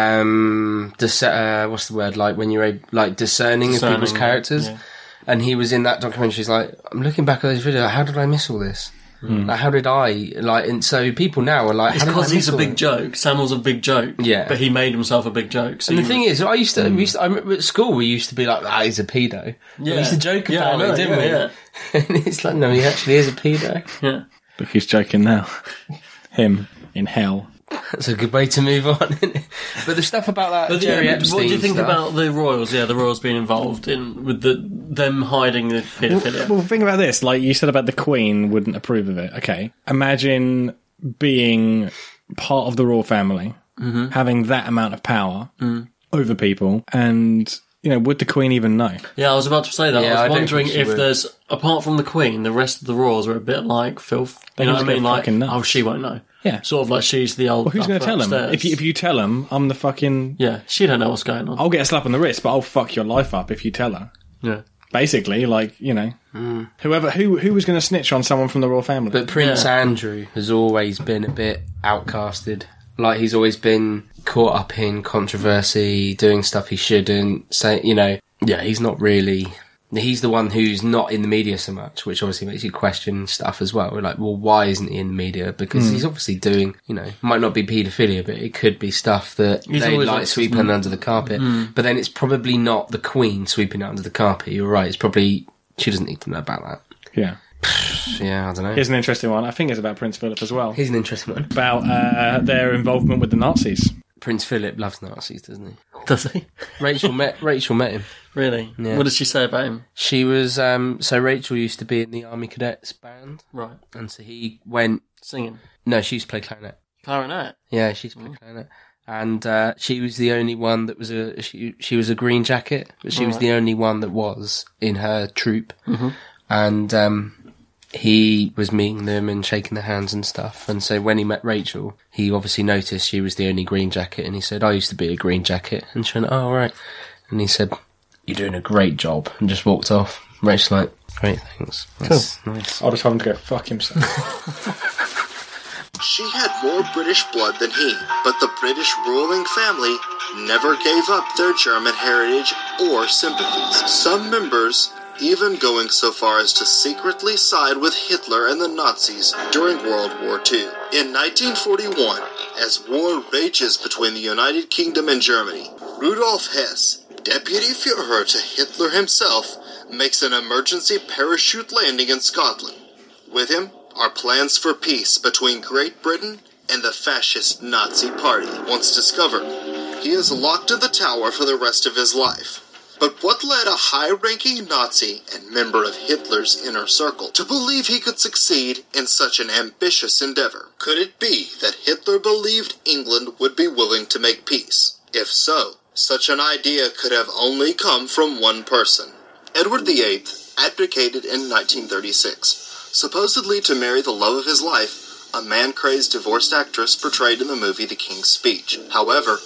[SPEAKER 6] Um, dis- uh, what's the word like when you're a, like discerning,
[SPEAKER 2] Discerning,
[SPEAKER 6] of people's characters,
[SPEAKER 2] yeah.
[SPEAKER 6] and he was in that documentary. He's like, I'm looking back at those videos. How did I miss all this?
[SPEAKER 2] Hmm.
[SPEAKER 6] Like, how did I like? And so people now are like,
[SPEAKER 4] It's
[SPEAKER 6] how did I
[SPEAKER 4] because he's
[SPEAKER 6] miss
[SPEAKER 4] a
[SPEAKER 6] all
[SPEAKER 4] big
[SPEAKER 6] that?
[SPEAKER 4] joke. Samuel's a big joke.
[SPEAKER 6] Yeah.
[SPEAKER 4] But he made himself a big joke. So
[SPEAKER 6] and
[SPEAKER 4] Mm.
[SPEAKER 6] the
[SPEAKER 4] you-
[SPEAKER 6] thing is, I used to, we used to- I remember at school we used to be like, ah, he's a pedo.
[SPEAKER 4] Yeah.
[SPEAKER 6] We used to joke
[SPEAKER 4] Yeah, I
[SPEAKER 6] about
[SPEAKER 4] know,
[SPEAKER 6] it, didn't
[SPEAKER 4] yeah,
[SPEAKER 6] we? <laughs> and it's like, no, he actually is a pedo.
[SPEAKER 4] Yeah.
[SPEAKER 2] Look, he's joking now. <laughs> Him in hell.
[SPEAKER 6] That's a good way to move on. But the stuff about that
[SPEAKER 4] But
[SPEAKER 6] Jerry
[SPEAKER 4] yeah, but
[SPEAKER 6] Epstein
[SPEAKER 4] what do you think
[SPEAKER 6] stuff-
[SPEAKER 4] about the Royals? Yeah, the Royals being involved in with the them hiding the paedophilia.
[SPEAKER 2] Well, well, think about this. Like you said about the Queen wouldn't approve of it. Okay. Imagine being part of the royal family,
[SPEAKER 6] Mm-hmm.
[SPEAKER 4] Mhm.
[SPEAKER 2] having that amount of power
[SPEAKER 6] Mm.
[SPEAKER 2] over people, and, you know, would the Queen even know?
[SPEAKER 4] yeah, I was about to say that.
[SPEAKER 2] Yeah, I
[SPEAKER 4] I
[SPEAKER 2] don't
[SPEAKER 4] was wondering
[SPEAKER 2] think she
[SPEAKER 4] if
[SPEAKER 2] would.
[SPEAKER 4] there's apart from the Queen, the rest of the Royals are a bit like filth.
[SPEAKER 2] They
[SPEAKER 4] you
[SPEAKER 2] can
[SPEAKER 4] know what I
[SPEAKER 2] just go
[SPEAKER 4] mean? Like,
[SPEAKER 2] fucking nuts.
[SPEAKER 4] oh, she won't know.
[SPEAKER 2] Yeah.
[SPEAKER 4] Sort of like she's the old.
[SPEAKER 2] Well, who's going to
[SPEAKER 4] buffer
[SPEAKER 2] tell them?
[SPEAKER 4] upstairs.
[SPEAKER 2] If you, if you tell them, I'm the fucking.
[SPEAKER 4] Yeah, she don't know what's going on.
[SPEAKER 2] I'll get a slap on the wrist, but I'll fuck your life up if you tell her.
[SPEAKER 4] Yeah.
[SPEAKER 2] Basically, like, you know. Whoever who who was going to snitch on someone from the royal family?
[SPEAKER 6] Mm. But Prince Andrew has always been a bit outcasted. Like he's always been caught up in controversy, doing stuff he shouldn't. Say, you know, yeah, he's not really. He's the one who's not in the media so much, which obviously makes you question stuff as well. We're like, well, why isn't he in the media? Because
[SPEAKER 2] Hmm.
[SPEAKER 6] he's obviously doing, you know, might not be paedophilia, but it could be stuff that
[SPEAKER 2] He's
[SPEAKER 6] they
[SPEAKER 2] always
[SPEAKER 6] like
[SPEAKER 2] like-
[SPEAKER 6] sweeping
[SPEAKER 2] Hmm.
[SPEAKER 6] under the carpet.
[SPEAKER 2] Hmm.
[SPEAKER 6] But then it's probably not the Queen sweeping it under the carpet. You're right. It's probably she doesn't need to know about that.
[SPEAKER 2] Yeah.
[SPEAKER 6] Yeah, I don't know.
[SPEAKER 2] Here's an interesting one. I think it's about Prince Philip as well.
[SPEAKER 6] Here's an interesting one.
[SPEAKER 2] About uh, their involvement with the Nazis.
[SPEAKER 6] Prince Philip loves Nazis, doesn't he?
[SPEAKER 4] Does he?
[SPEAKER 6] Rachel met Rachel met him.
[SPEAKER 4] <laughs> Really? What did she say about him?
[SPEAKER 6] She was um so Rachel used to be in the army cadets band.
[SPEAKER 4] Right.
[SPEAKER 6] And so he went
[SPEAKER 4] singing.
[SPEAKER 6] No, she used to play clarinet.
[SPEAKER 4] Clarinet. Mm.
[SPEAKER 6] Yeah, she used to play clarinet. And uh, she was the only one that was a she she was a green jacket, but she was
[SPEAKER 4] Alright.
[SPEAKER 6] the only one that was in her troop.
[SPEAKER 4] Mhm.
[SPEAKER 6] And um he was meeting them and shaking their hands and stuff. And so when he met Rachel, he obviously noticed she was the only green jacket, and he said, "I used to be a green jacket." And she went, "Oh, all right." And he said, "You're doing a great job," and just walked off. Rachel's like, "Great, thanks." That's nice.
[SPEAKER 2] I'll just have him go fuck himself.
[SPEAKER 5] She had more British blood than he, but the British ruling family never gave up their German heritage or sympathies. Some members even going so far as to secretly side with Hitler and the Nazis during World War II. In 1941, as war rages between the United Kingdom and Germany, Rudolf Hess, deputy Führer to Hitler himself, makes an emergency parachute landing in Scotland. With him are plans for peace between Great Britain and the fascist Nazi Party, once discovered. He is locked in the tower for the rest of his life. But what led a high ranking Nazi and member of Hitler's inner circle to believe he could succeed in such an ambitious endeavor? Could it be that Hitler believed England would be willing to make peace? If so, such an idea could have only come from one person. Edward VIII abdicated in 1936, supposedly to marry the love of his life, a man crazed divorced actress portrayed in the movie The King's Speech. However,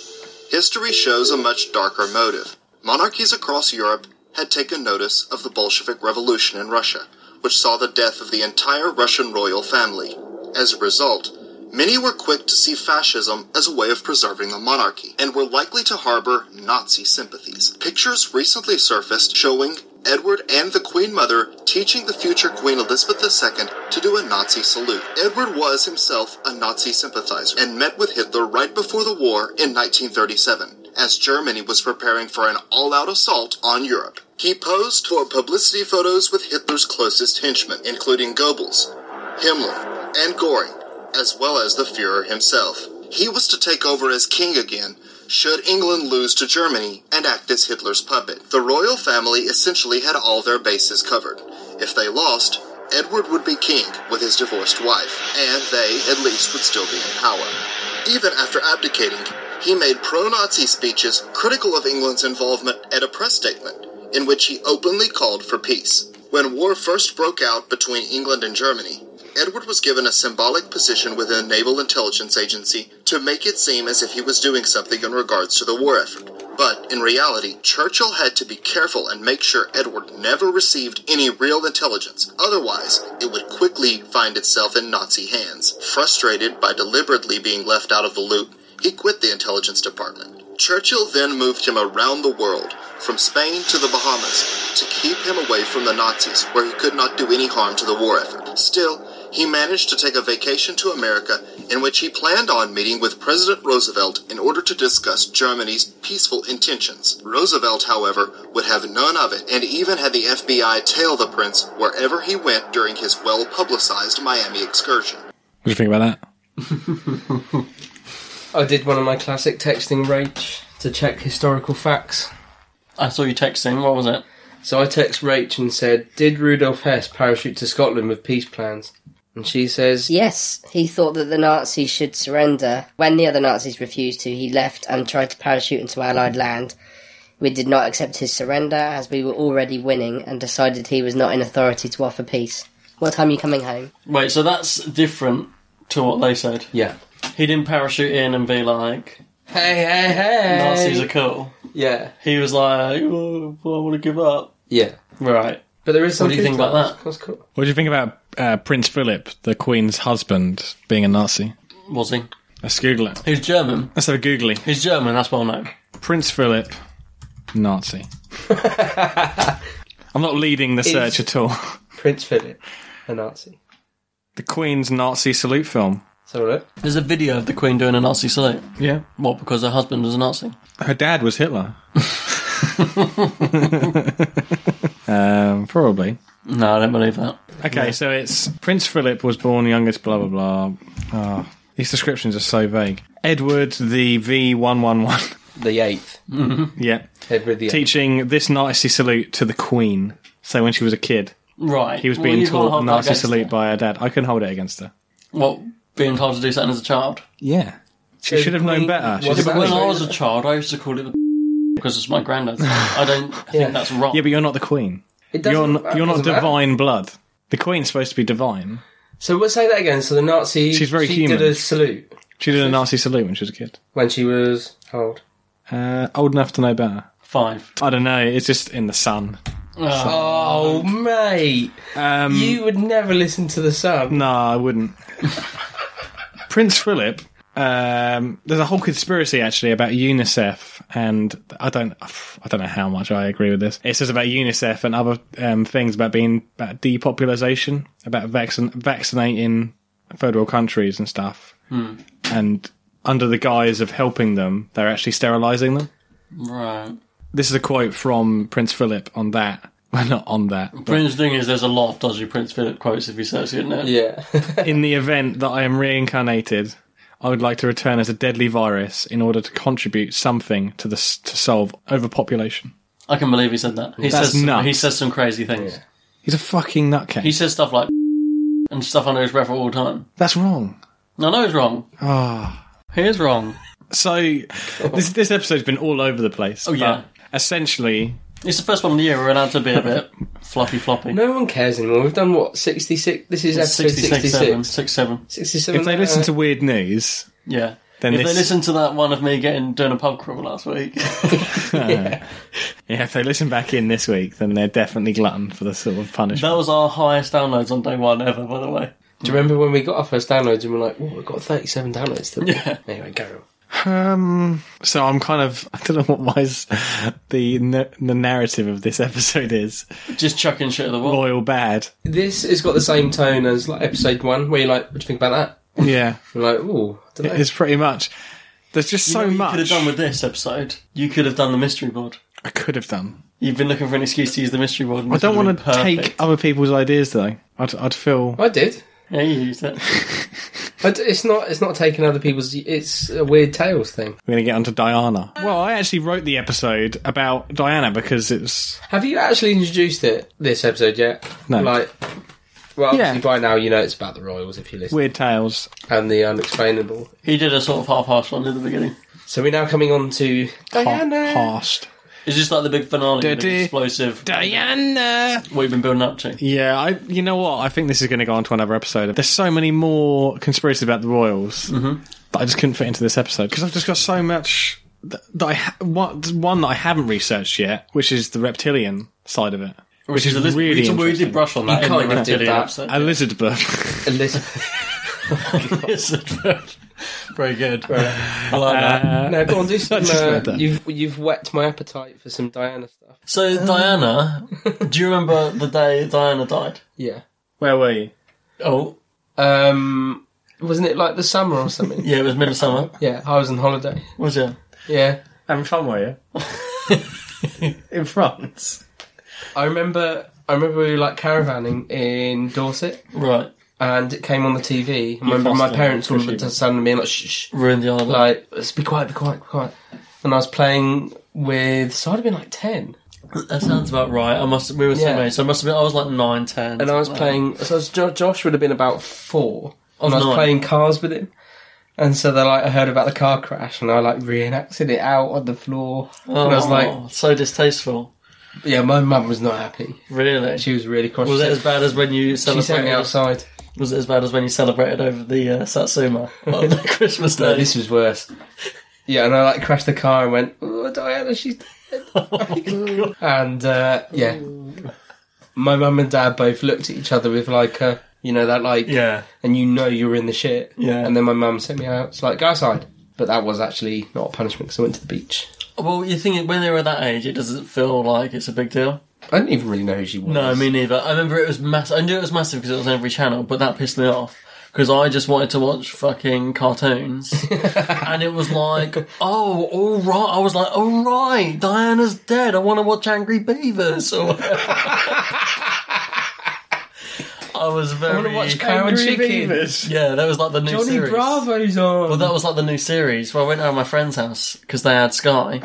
[SPEAKER 5] history shows a much darker motive. Monarchies across Europe had taken notice of the Bolshevik Revolution in Russia, which saw the death of the entire Russian royal family. As a result, many were quick to see fascism as a way of preserving the monarchy and were likely to harbor Nazi sympathies. Pictures recently surfaced showing Edward and the Queen Mother teaching the future Queen Elizabeth II to do a Nazi salute. Edward was himself a Nazi sympathizer and met with Hitler right before the war in 1937 as Germany was preparing for an all out assault on Europe. He posed for publicity photos with Hitler's closest henchmen, including Goebbels, Himmler, and Goring, as well as the Fuhrer himself. He was to take over as king again should England lose to Germany and act as Hitler's puppet. The royal family essentially had all their bases covered. If they lost, Edward would be king with his divorced wife, and they at least would still be in power. Even after abdicating, he made pro Nazi speeches critical of England's involvement at a press statement in which he openly called for peace. When war first broke out between England and Germany, Edward was given a symbolic position within the Naval Intelligence Agency to make it seem as if he was doing something in regards to the war effort. But in reality, Churchill had to be careful and make sure Edward never received any real intelligence, otherwise, it would quickly find itself in Nazi hands. Frustrated by deliberately being left out of the loop, he quit the intelligence department. Churchill then moved him around the world, from Spain to the Bahamas, to keep him away from the Nazis, where he could not do any harm to the war effort. Still, he managed to take a vacation to America in which he planned on meeting with President Roosevelt in order to discuss Germany's peaceful intentions. Roosevelt, however, would have none of it and even had the FBI tail the prince wherever he went during his well publicized Miami excursion.
[SPEAKER 2] What do you think about that?
[SPEAKER 6] I did one of my classic texting rage to check historical facts.
[SPEAKER 4] I saw you texting. What was it?
[SPEAKER 6] So I text Rach and said, "Did Rudolf Hess parachute to Scotland with peace plans?" And she says,
[SPEAKER 19] Yes, he thought that the Nazis should surrender. When the other Nazis refused to, he left and tried to parachute into Allied land. We did not accept his surrender as we were already winning and decided he was not in authority to offer peace. What time are you coming home?
[SPEAKER 4] Wait, so that's different to what they said.
[SPEAKER 6] Yeah.
[SPEAKER 4] He didn't parachute in and be like,
[SPEAKER 6] "Hey, hey, hey,
[SPEAKER 4] Nazis are cool."
[SPEAKER 6] Yeah.
[SPEAKER 4] He was like, oh, "I want to give up."
[SPEAKER 6] Yeah.
[SPEAKER 4] Right.
[SPEAKER 6] But there is
[SPEAKER 4] What do you
[SPEAKER 6] something
[SPEAKER 4] think about that?
[SPEAKER 6] That's cool.
[SPEAKER 2] What do you think about uh, Prince Philip, the Queen's husband, being a Nazi?
[SPEAKER 4] Was he?
[SPEAKER 2] Let's Google it.
[SPEAKER 4] He's German.
[SPEAKER 2] Let's have a googly.
[SPEAKER 4] He's German. That's well known.
[SPEAKER 2] Prince Philip,
[SPEAKER 6] <laughs>
[SPEAKER 2] Nazi. I'm not leading the
[SPEAKER 6] Is-
[SPEAKER 2] search at all. <laughs>
[SPEAKER 6] Prince Philip, a Nazi.
[SPEAKER 2] The Queen's Nazi salute film.
[SPEAKER 6] So look.
[SPEAKER 4] There's a video of the Queen doing a Nazi salute.
[SPEAKER 2] Yeah.
[SPEAKER 4] What? Because her husband was a Nazi.
[SPEAKER 2] Her dad was Hitler. um, probably.
[SPEAKER 4] No, I don't believe that.
[SPEAKER 2] Okay, so it's Prince Philip was born youngest, blah, blah, blah. Oh, these descriptions are so vague. Edward the V111.
[SPEAKER 6] The 8th.
[SPEAKER 4] Mhm.
[SPEAKER 2] Mm-hmm. Yeah.
[SPEAKER 6] Edward the Eighth.
[SPEAKER 2] Teaching this Nazi salute to the Queen. So when she was a kid.
[SPEAKER 4] Right.
[SPEAKER 2] He was
[SPEAKER 4] Well,
[SPEAKER 2] being
[SPEAKER 4] you can't
[SPEAKER 2] taught
[SPEAKER 4] hold
[SPEAKER 2] a
[SPEAKER 4] that
[SPEAKER 2] Nazi
[SPEAKER 4] against
[SPEAKER 2] salute by her dad. I can hold it against her.
[SPEAKER 4] What? Being told to do something as a child.
[SPEAKER 2] Yeah. She should have known better.
[SPEAKER 4] Yeah,
[SPEAKER 2] She's
[SPEAKER 4] but
[SPEAKER 2] a
[SPEAKER 4] when
[SPEAKER 2] queen.
[SPEAKER 4] I was a child, I used to call it the <laughs> because it's my granddad's. I don't think that's wrong.
[SPEAKER 2] Yeah, but you're not the queen.
[SPEAKER 6] It doesn't-
[SPEAKER 2] You're not,
[SPEAKER 6] that
[SPEAKER 2] you're not
[SPEAKER 6] doesn't matter.
[SPEAKER 2] divine blood. The queen's supposed to be divine.
[SPEAKER 6] So we'll say that again. So the Nazi.
[SPEAKER 2] She's very
[SPEAKER 6] she
[SPEAKER 2] human.
[SPEAKER 6] did a salute
[SPEAKER 2] She did a Nazi salute when she was a kid.
[SPEAKER 6] when she was how old?
[SPEAKER 2] Uh, old enough to know better.
[SPEAKER 4] Five.
[SPEAKER 2] I don't know. It's just in the sun.
[SPEAKER 6] Oh, mate,
[SPEAKER 2] Um,
[SPEAKER 6] you would never listen to the sub.
[SPEAKER 2] No, I
[SPEAKER 6] <laughs>
[SPEAKER 2] wouldn't. Prince Philip. Um, there's a whole conspiracy actually about UNICEF, and I don't, I don't know how much I agree with this. It says about UNICEF and other um, things about being about depopulation, about vaccin- vaccinating third world countries and stuff,
[SPEAKER 4] Hmm.
[SPEAKER 2] and under the guise of helping them, they're actually sterilizing them.
[SPEAKER 4] Right.
[SPEAKER 2] This is a quote from Prince Philip on that. <laughs> Well, not on that. but-
[SPEAKER 4] Prince thing is, there's a lot of dodgy Prince Philip quotes if you search it now.
[SPEAKER 6] Yeah.
[SPEAKER 2] <laughs> in the event that I am reincarnated, I would like to return as a deadly virus in order to contribute something to the s- to solve overpopulation.
[SPEAKER 4] I can believe he said that. He
[SPEAKER 2] That's
[SPEAKER 4] says
[SPEAKER 2] nuts.
[SPEAKER 4] he says some crazy things.
[SPEAKER 2] He's a fucking nutcase.
[SPEAKER 4] He says stuff like and stuff under his breath all the time.
[SPEAKER 2] That's wrong.
[SPEAKER 4] No, no, he's wrong.
[SPEAKER 2] Ah,
[SPEAKER 4] he is wrong.
[SPEAKER 2] So this this episode's been all over the place.
[SPEAKER 4] Oh, yeah.
[SPEAKER 2] but Essentially,
[SPEAKER 4] It's the first one of the year we're allowed to be
[SPEAKER 2] <laughs>
[SPEAKER 4] a bit floppy floppy.
[SPEAKER 6] No one cares anymore. We've done what sixty six. This is
[SPEAKER 4] It's
[SPEAKER 6] episode uh,
[SPEAKER 4] 66,
[SPEAKER 6] sixty
[SPEAKER 4] seven,
[SPEAKER 6] six.
[SPEAKER 4] six, seven.
[SPEAKER 6] 67.
[SPEAKER 2] if they listen to weird news,
[SPEAKER 4] Yeah.
[SPEAKER 2] Then
[SPEAKER 4] if
[SPEAKER 2] this-
[SPEAKER 4] they listen to that one of me getting doing a pub crawl
[SPEAKER 2] <laughs>
[SPEAKER 6] <laughs>
[SPEAKER 4] last week,
[SPEAKER 2] yeah. if they listen back in this week, then they're definitely glutton for the sort of punishment.
[SPEAKER 4] that was our highest downloads on day one ever. By the way,
[SPEAKER 6] Do you remember when we got our first downloads and we're like, "Whoa, we've got thirty seven downloads still."
[SPEAKER 4] Yeah.
[SPEAKER 6] Anyway, go. on.
[SPEAKER 2] Um. So I'm kind of <laughs> I don't know what my s- the n- the narrative of this <laughs> episode is.
[SPEAKER 4] Just chucking shit at the
[SPEAKER 2] wall. Royal bad.
[SPEAKER 6] This has got the same tone as like episode one, where you're like, "What do you think about
[SPEAKER 2] Yeah.
[SPEAKER 6] that?" You're like, "Ooh, I don't know."
[SPEAKER 2] It's pretty much. There's just
[SPEAKER 4] You
[SPEAKER 2] so
[SPEAKER 4] know what
[SPEAKER 2] much
[SPEAKER 4] You could have done with this episode. You could have done the mystery board.
[SPEAKER 2] I could have done.
[SPEAKER 4] You've been looking for an excuse to use the mystery board. and
[SPEAKER 2] I
[SPEAKER 4] this
[SPEAKER 2] don't
[SPEAKER 4] would have
[SPEAKER 2] want
[SPEAKER 4] been
[SPEAKER 2] to
[SPEAKER 4] perfect.
[SPEAKER 2] take other people's ideas though. I'd I'd feel.
[SPEAKER 6] I did.
[SPEAKER 4] Yeah, you used it.
[SPEAKER 6] But it's not. It's not taking other people's. It's a weird tales thing.
[SPEAKER 2] We're gonna get onto Diana. Well, I actually wrote the episode about Diana because it's
[SPEAKER 6] Have you actually introduced it this episode yet?
[SPEAKER 2] No.
[SPEAKER 6] Like, well,
[SPEAKER 2] Yeah.
[SPEAKER 6] obviously by now you know it's about the royals if you listen.
[SPEAKER 2] weird tales.
[SPEAKER 6] And the unexplainable.
[SPEAKER 4] He did a sort of half-assed one at the beginning.
[SPEAKER 6] So we're now coming on to Diana.
[SPEAKER 2] Past.
[SPEAKER 4] It's just like the big finale, the
[SPEAKER 2] Da-da.
[SPEAKER 4] big explosive.
[SPEAKER 2] Diana.
[SPEAKER 4] What you've been building up to.
[SPEAKER 2] Yeah, I. You know what? I think this is going to go on to another episode. There's so many more conspiracies about the royals
[SPEAKER 4] Mm-hmm.
[SPEAKER 2] that I just couldn't fit into this episode because I've just got so much that, that I ha- what one that I haven't researched yet, which is the reptilian side of it, which, is,
[SPEAKER 4] a lizard-
[SPEAKER 2] really
[SPEAKER 4] we, did- we
[SPEAKER 2] interesting.
[SPEAKER 4] did brush on that.
[SPEAKER 6] You
[SPEAKER 4] in the
[SPEAKER 6] kind of did
[SPEAKER 4] reptilian
[SPEAKER 6] that.
[SPEAKER 4] episode.
[SPEAKER 2] A lizard bird.
[SPEAKER 4] Lizard bird. Very good. I like
[SPEAKER 6] Uh,
[SPEAKER 4] that.
[SPEAKER 6] now go
[SPEAKER 2] <laughs>
[SPEAKER 6] on, do
[SPEAKER 4] I
[SPEAKER 6] some.
[SPEAKER 4] just read
[SPEAKER 6] Uh,
[SPEAKER 4] that.
[SPEAKER 6] you've you've whet my appetite for some Diana stuff. Um, <laughs>
[SPEAKER 4] So Diana, do you remember the day Diana died?
[SPEAKER 6] Yeah.
[SPEAKER 2] Where were you?
[SPEAKER 4] Oh,
[SPEAKER 6] Um, wasn't it like the summer or something?
[SPEAKER 4] <laughs> yeah, it was midsummer.
[SPEAKER 6] Yeah, I was on holiday.
[SPEAKER 4] Was it?
[SPEAKER 6] Yeah.
[SPEAKER 2] Having fun, were
[SPEAKER 6] <laughs>
[SPEAKER 2] you? in France.
[SPEAKER 6] I remember. I remember we were like caravanning in Dorset.
[SPEAKER 4] Right.
[SPEAKER 6] And it came on the TV. I
[SPEAKER 4] You
[SPEAKER 6] remember my
[SPEAKER 4] fussed it,
[SPEAKER 6] parents all
[SPEAKER 4] appreciate
[SPEAKER 6] looked at sound me and like shh, shh
[SPEAKER 4] ruined the holiday.
[SPEAKER 6] Like let's be quiet, be quiet, be quiet. And I was playing with. So I'd have been like ten.
[SPEAKER 4] That sounds about right. I must. We were
[SPEAKER 6] Yeah.
[SPEAKER 4] yeah. so I must have been. I was like nine, ten,
[SPEAKER 6] and I was
[SPEAKER 4] something like
[SPEAKER 6] playing. So I was, Jo- Josh would have been about four, and I was
[SPEAKER 4] Nine.
[SPEAKER 6] playing cars with him. And so they like I heard about the car crash, and I like reenacted it out on the floor.
[SPEAKER 4] that.
[SPEAKER 6] and I was
[SPEAKER 4] Oh,
[SPEAKER 6] like,
[SPEAKER 4] so distasteful.
[SPEAKER 6] yeah, my mum was not happy.
[SPEAKER 4] Really,
[SPEAKER 6] she was really cross.
[SPEAKER 4] Was
[SPEAKER 6] She
[SPEAKER 4] it
[SPEAKER 6] said-
[SPEAKER 4] as bad as when
[SPEAKER 6] She
[SPEAKER 4] you
[SPEAKER 6] sent me
[SPEAKER 4] celebrated
[SPEAKER 6] outside?
[SPEAKER 4] Was it as bad as when you celebrated over the uh, Satsuma <laughs> on the Christmas
[SPEAKER 6] No,
[SPEAKER 4] day?
[SPEAKER 6] this was worse. Yeah, and I like crashed the car and went, oh,
[SPEAKER 4] <laughs>
[SPEAKER 6] Diana, she's
[SPEAKER 4] Oh
[SPEAKER 6] dead. and uh, yeah, my mum and dad both looked at each other with like a, you know, that like,
[SPEAKER 4] Yeah.
[SPEAKER 6] and you know you were in the shit.
[SPEAKER 4] Yeah.
[SPEAKER 6] And then my mum sent me out. It's like, go outside. But that was actually not a punishment because I went to the beach.
[SPEAKER 4] Well, you think when they were that age, it doesn't feel like it's a big deal.
[SPEAKER 6] I didn't even really know who she was.
[SPEAKER 4] No, me neither. I remember it was massive. I knew it was massive because it was on every channel, but that pissed me off because I just wanted to watch fucking
[SPEAKER 6] <laughs>
[SPEAKER 4] cartoons, <laughs> and it was like, oh, all right. I was like, all right, Diana's dead. I want to watch Angry Beavers. Or whatever. I was very.
[SPEAKER 6] wanna watch Cow and Angry Chicken. Beavers.
[SPEAKER 4] Yeah, that was like the new
[SPEAKER 6] Johnny
[SPEAKER 4] series.
[SPEAKER 6] Bravo's on.
[SPEAKER 4] Well, that was like the new series. Well, I went down to my friend's house because they had Sky,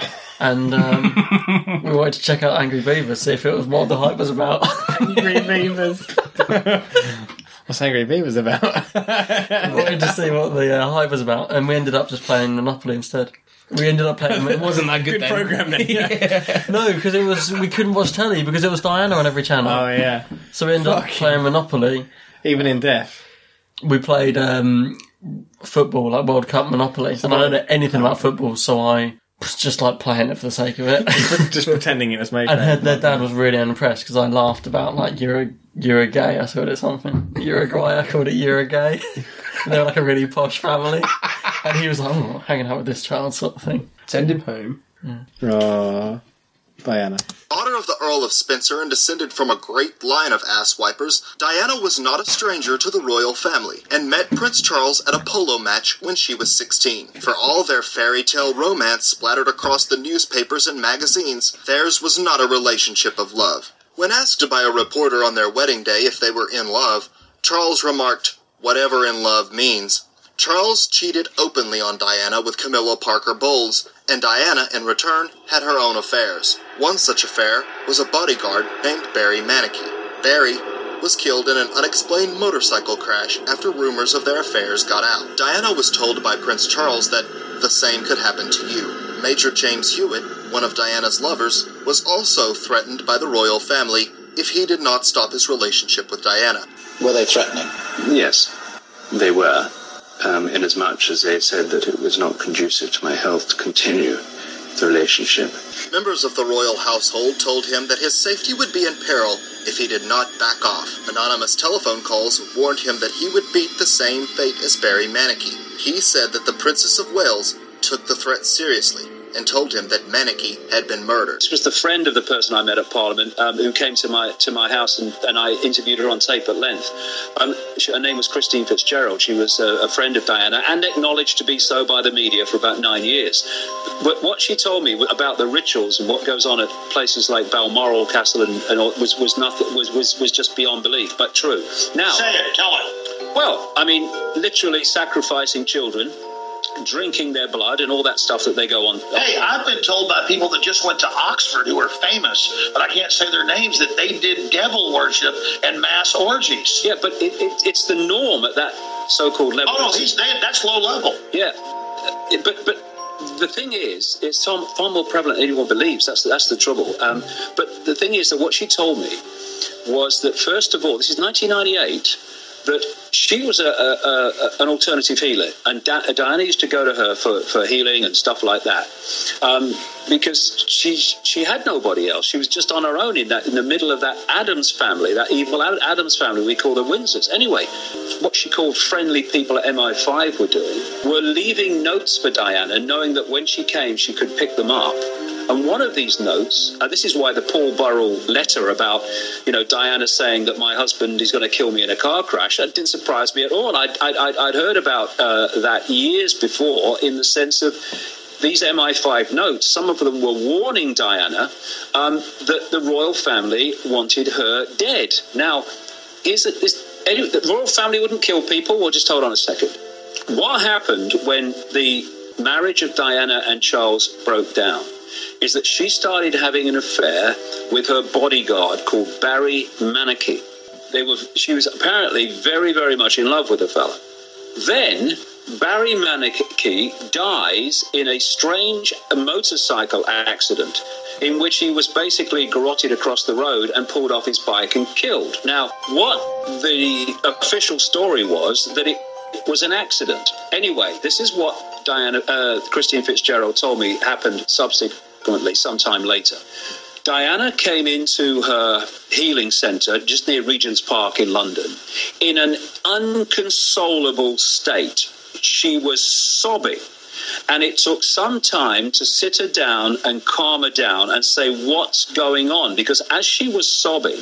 [SPEAKER 6] <laughs>
[SPEAKER 4] and um, we wanted to check out Angry Beavers, see if it was what the hype was about. Angry <laughs> Beavers.
[SPEAKER 2] What's Angry Beavers about?
[SPEAKER 4] wanted to see <laughs> what the uh, hype was about, and we ended up just playing Monopoly instead. We ended up playing.
[SPEAKER 2] It wasn't that good Good then. programme then. <laughs>
[SPEAKER 4] <laughs>
[SPEAKER 6] <laughs>
[SPEAKER 4] yeah. no, because it was we couldn't watch telly because it was Diana on every channel.
[SPEAKER 2] Oh, yeah.
[SPEAKER 4] So we ended up playing Monopoly.
[SPEAKER 2] Even in death,
[SPEAKER 4] we played um, football like World Cup Monopoly, and I don't know anything about football, so I was just like playing it for the sake of it,
[SPEAKER 2] <laughs> just pretending it was made.
[SPEAKER 4] and her, their dad was really unimpressed because I laughed about like Euro Euro gay. I called it something Uruguay. I called it Euro gay. <laughs> They were like a really posh family, and he was like oh, hanging out with this child sort of thing.
[SPEAKER 6] Send him home.
[SPEAKER 2] Oh, Diana.
[SPEAKER 5] Daughter of the Earl of Spencer and descended from a great line of ass wipers, Diana was not a stranger to the royal family and met Prince Charles at a polo match when she was 16. For all their fairy tale romance splattered across the newspapers and magazines, theirs was not a relationship of love. When asked by a reporter on their wedding day if they were in love, Charles remarked, Whatever in love means. Charles cheated openly on Diana with Camilla Parker Bowles, and Diana, in return, had her own affairs. One such affair was a bodyguard named Barry Manicky. Barry was killed in an unexplained motorcycle crash after rumors of their affairs got out. Diana was told by Prince Charles that the same could happen to you. Major James Hewitt, one of Diana's lovers, was also threatened by the royal family if he did not stop his relationship with Diana.
[SPEAKER 10] Were they threatening? Yes, they were, um, inasmuch as they said that it was not conducive to my health to continue the relationship.
[SPEAKER 5] Members of the royal household told him that his safety would be in peril if he did not back off. Anonymous telephone calls warned him that he would meet the same fate as Barry Manicky. He said that the Princess of Wales took the threat seriously and told him that Manicky had been murdered.
[SPEAKER 16] This was the friend of the person I met at Parliament um, who came to my to my house and, and I interviewed her on tape at length. Um, she, her name was Christine Fitzgerald. She was a, a friend of Diana and acknowledged to be so by the media for about nine years. But what she told me about the rituals and what goes on at places like Balmoral Castle and, and all, was was nothing was, was was just beyond belief, but true. Now, say it, tell it. Well, I mean, literally sacrificing children. Drinking their blood and all that stuff that they go on.
[SPEAKER 12] Hey, I've been told by people that just went to Oxford who are famous, but I can't say their names, that they did devil worship and mass orgies.
[SPEAKER 16] Yeah, but it, it, it's the norm at that so-called level.
[SPEAKER 12] Oh, no, he's, that, that's low level.
[SPEAKER 16] Yeah, Uh, but but the thing is, it's far, far more prevalent than anyone believes. That's that's the trouble. Um, but the thing is that what she told me was that first of all, this is 1998. That she was a, a, a, an alternative healer, and da- Diana used to go to her for, for healing and stuff like that, um, because she she had nobody else. She was just on her own in that in the middle of that Adams family, that evil Ad- Adams family we call the Windsors. Anyway, what she called friendly people at MI5 were doing were leaving notes for Diana, knowing that when she came, she could pick them up. And one of these notes, and this is why the Paul Burrell letter about, you know, Diana saying that my husband is going to kill me in a car crash, that didn't surprise me at all. I'd, I'd, I'd- I'd heard about uh, that years before in the sense of these MI5 notes, some of them were warning Diana um, that the royal family wanted her dead. Now, is it this? Anyway, the royal family wouldn't kill people. Well, just hold on a second. What happened when the marriage of Diana and Charles broke down? Is that she started having an affair with her bodyguard called Barry Manicky. They were. She was apparently very, very much in love with the fella. Then Barry Manicky dies in a strange motorcycle accident in which he was basically garroted across the road and pulled off his bike and killed. Now, what the official story was that it was an accident. Anyway, this is what Diana uh, Christine Fitzgerald told me happened subsequently sometime later. Diana came into her healing centre just near Regent's Park in London in an unconsolable state. She was sobbing, and it took some time to sit her down and calm her down and say, What's going on? Because as she was sobbing,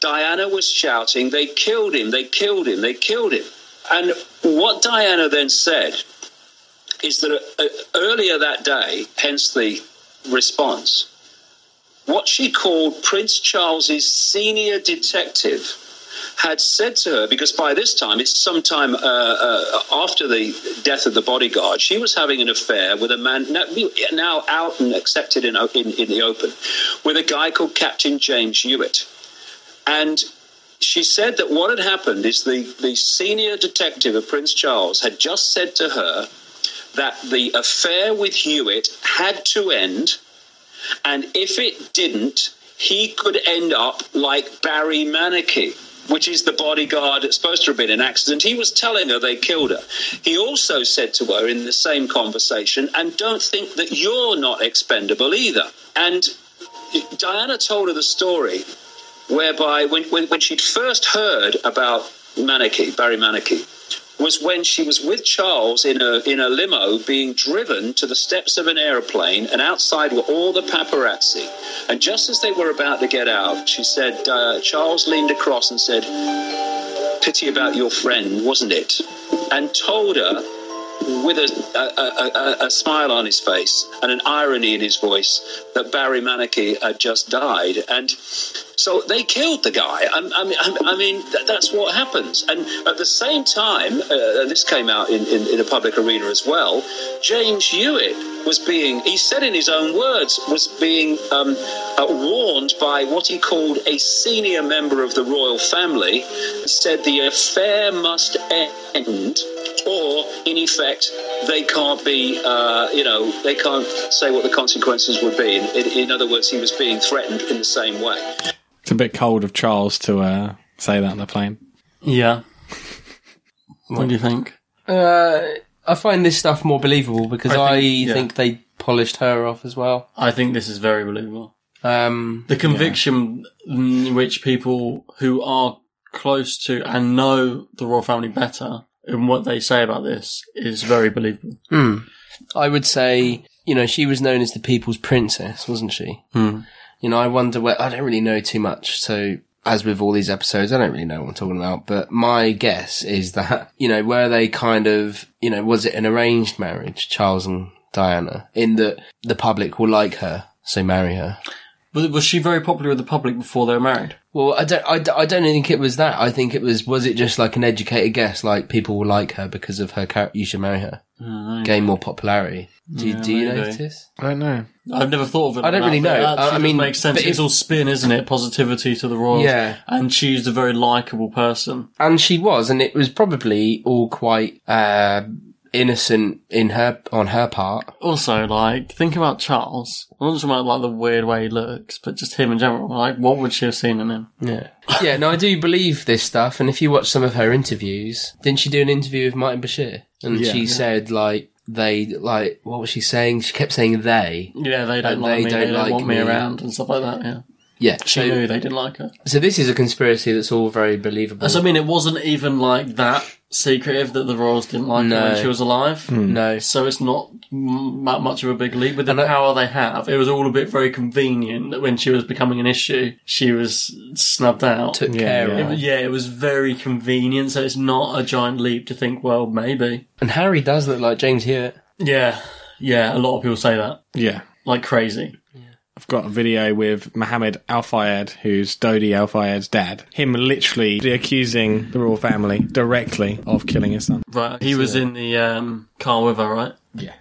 [SPEAKER 16] Diana was shouting, They killed him, they killed him, they killed him. And what Diana then said is that uh, earlier that day, hence the response, what she called Prince Charles's senior detective had said to her, because by this time, it's sometime uh, uh, after the death of the bodyguard, she was having an affair with a man now, now out and accepted in, in, in the open, with a guy called Captain James Hewitt. And she said that what had happened is the, the senior detective of Prince Charles had just said to her that the affair with Hewitt had to end, and if it didn't, he could end up like Barry Manicky, which is the bodyguard that's supposed to have been an accident. He was telling her they killed her. He also said to her in the same conversation, and don't think that you're not expendable either. And Diana told her the story whereby when, when, when she'd first heard about Manicky, Barry Manicky, was when she was with Charles in a in a limo being driven to the steps of an aeroplane, and outside were all the paparazzi. And just as they were about to get out, she said, uh, Charles leaned across and said, "Pity about your friend, wasn't it?" And told her with a, a, a, a, a smile on his face and an irony in his voice that Barry Manicky had just died. And so they killed the guy. I, I mean, I, I mean that, that's what happens. And at the same time, uh, and this came out in, in, in a public arena as well, James Hewitt was being, he said in his own words, was being um, uh, warned by what he called a senior member of the royal family, said the affair must end or in effect they can't be uh, you know they can't say what the consequences would be in, in, in other words he was being threatened in the same way
[SPEAKER 2] It's a bit cold of Charles to uh, say that on the plane.
[SPEAKER 4] Yeah. what do you think?
[SPEAKER 6] Uh, I find this stuff more believable because I think, they polished her off as well.
[SPEAKER 4] I think this is very believable.
[SPEAKER 6] Um,
[SPEAKER 4] the conviction in which people who are close to and know the royal family better and what they say about this is very believable.
[SPEAKER 6] Hmm. I would say, you know, she was known as the people's princess, wasn't she?
[SPEAKER 4] Hmm.
[SPEAKER 6] You know, I wonder where, I don't really know too much. So, as with all these episodes, I don't really know what I'm talking about. But my guess is that, <laughs> you know, were they kind of, you know, was it an arranged marriage, Charles and Diana, in that the public will like her, so marry her?
[SPEAKER 4] Was, was she very popular with the public before they were married?
[SPEAKER 6] Well, I don't, I, d- I don't think it was that. I think it was, was it just like an educated guess? Like people will like her because of her character. You should marry her.
[SPEAKER 4] Oh,
[SPEAKER 6] Gain more popularity. Do, you
[SPEAKER 4] Yeah,
[SPEAKER 6] do you
[SPEAKER 4] maybe.
[SPEAKER 6] notice? I don't know.
[SPEAKER 4] I've never thought of it.
[SPEAKER 6] I don't
[SPEAKER 4] like
[SPEAKER 6] really
[SPEAKER 4] that,
[SPEAKER 6] know.
[SPEAKER 4] but that
[SPEAKER 6] I- I
[SPEAKER 4] actually
[SPEAKER 6] mean,
[SPEAKER 4] makes sense.
[SPEAKER 6] but
[SPEAKER 4] It's
[SPEAKER 6] if-
[SPEAKER 4] all spin, isn't it? Positivity to the royals.
[SPEAKER 6] Yeah.
[SPEAKER 4] and she's a very likable person.
[SPEAKER 6] And she was, and it was probably all quite uh, innocent in her on her part.
[SPEAKER 4] Also, like, think about Charles. I'm not just about like the weird way he looks, but just him in general. Like, what would she have seen in him?
[SPEAKER 6] Yeah. yeah, no, I do believe this stuff. And if you watch some of her interviews, didn't she do an interview with Martin Bashir? And
[SPEAKER 4] Yeah.
[SPEAKER 6] she
[SPEAKER 4] Yeah.
[SPEAKER 6] said, like, they, like, what was she saying? She kept saying they.
[SPEAKER 4] Yeah, they don't
[SPEAKER 6] and
[SPEAKER 4] like me. they don't want me around and stuff like that. Yeah,
[SPEAKER 6] Yeah.
[SPEAKER 4] she
[SPEAKER 6] so-
[SPEAKER 4] knew they didn't like her.
[SPEAKER 6] So this is a conspiracy that's all very believable.
[SPEAKER 4] As I mean, it wasn't even like that secretive that the royals didn't like her when
[SPEAKER 6] No.
[SPEAKER 4] she was alive.
[SPEAKER 6] Hmm. No.
[SPEAKER 4] so it's not m- that much of a big leap. With the power they have, it was all a bit very convenient that when she was becoming an issue, she was snubbed out.
[SPEAKER 6] Took Yeah, care of.
[SPEAKER 4] It was- yeah, it was very convenient. So it's not a giant leap to think, well, maybe.
[SPEAKER 6] And Harry does look like James Hewitt.
[SPEAKER 4] Yeah, yeah. A lot of people say that
[SPEAKER 2] Yeah.
[SPEAKER 4] like crazy.
[SPEAKER 2] I've got a video with Mohammed Al Fayed, who's Dodi Al Fayed's dad. Him literally accusing the royal family directly of killing his son.
[SPEAKER 4] Right, he was in the um, car with her, right?
[SPEAKER 2] Yeah.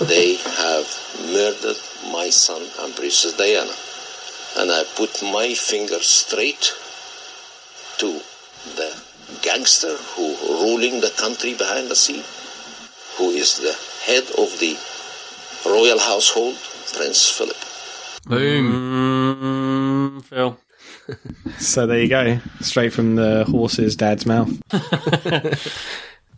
[SPEAKER 20] They have murdered my son and Princess Diana. And I put my finger straight to the gangster who ruling the country behind the scene, who is the head of the royal household, Prince Philip.
[SPEAKER 4] Boom. Mm,
[SPEAKER 6] <laughs>
[SPEAKER 4] Phil.
[SPEAKER 2] So there you go. Straight from the horse's dad's mouth.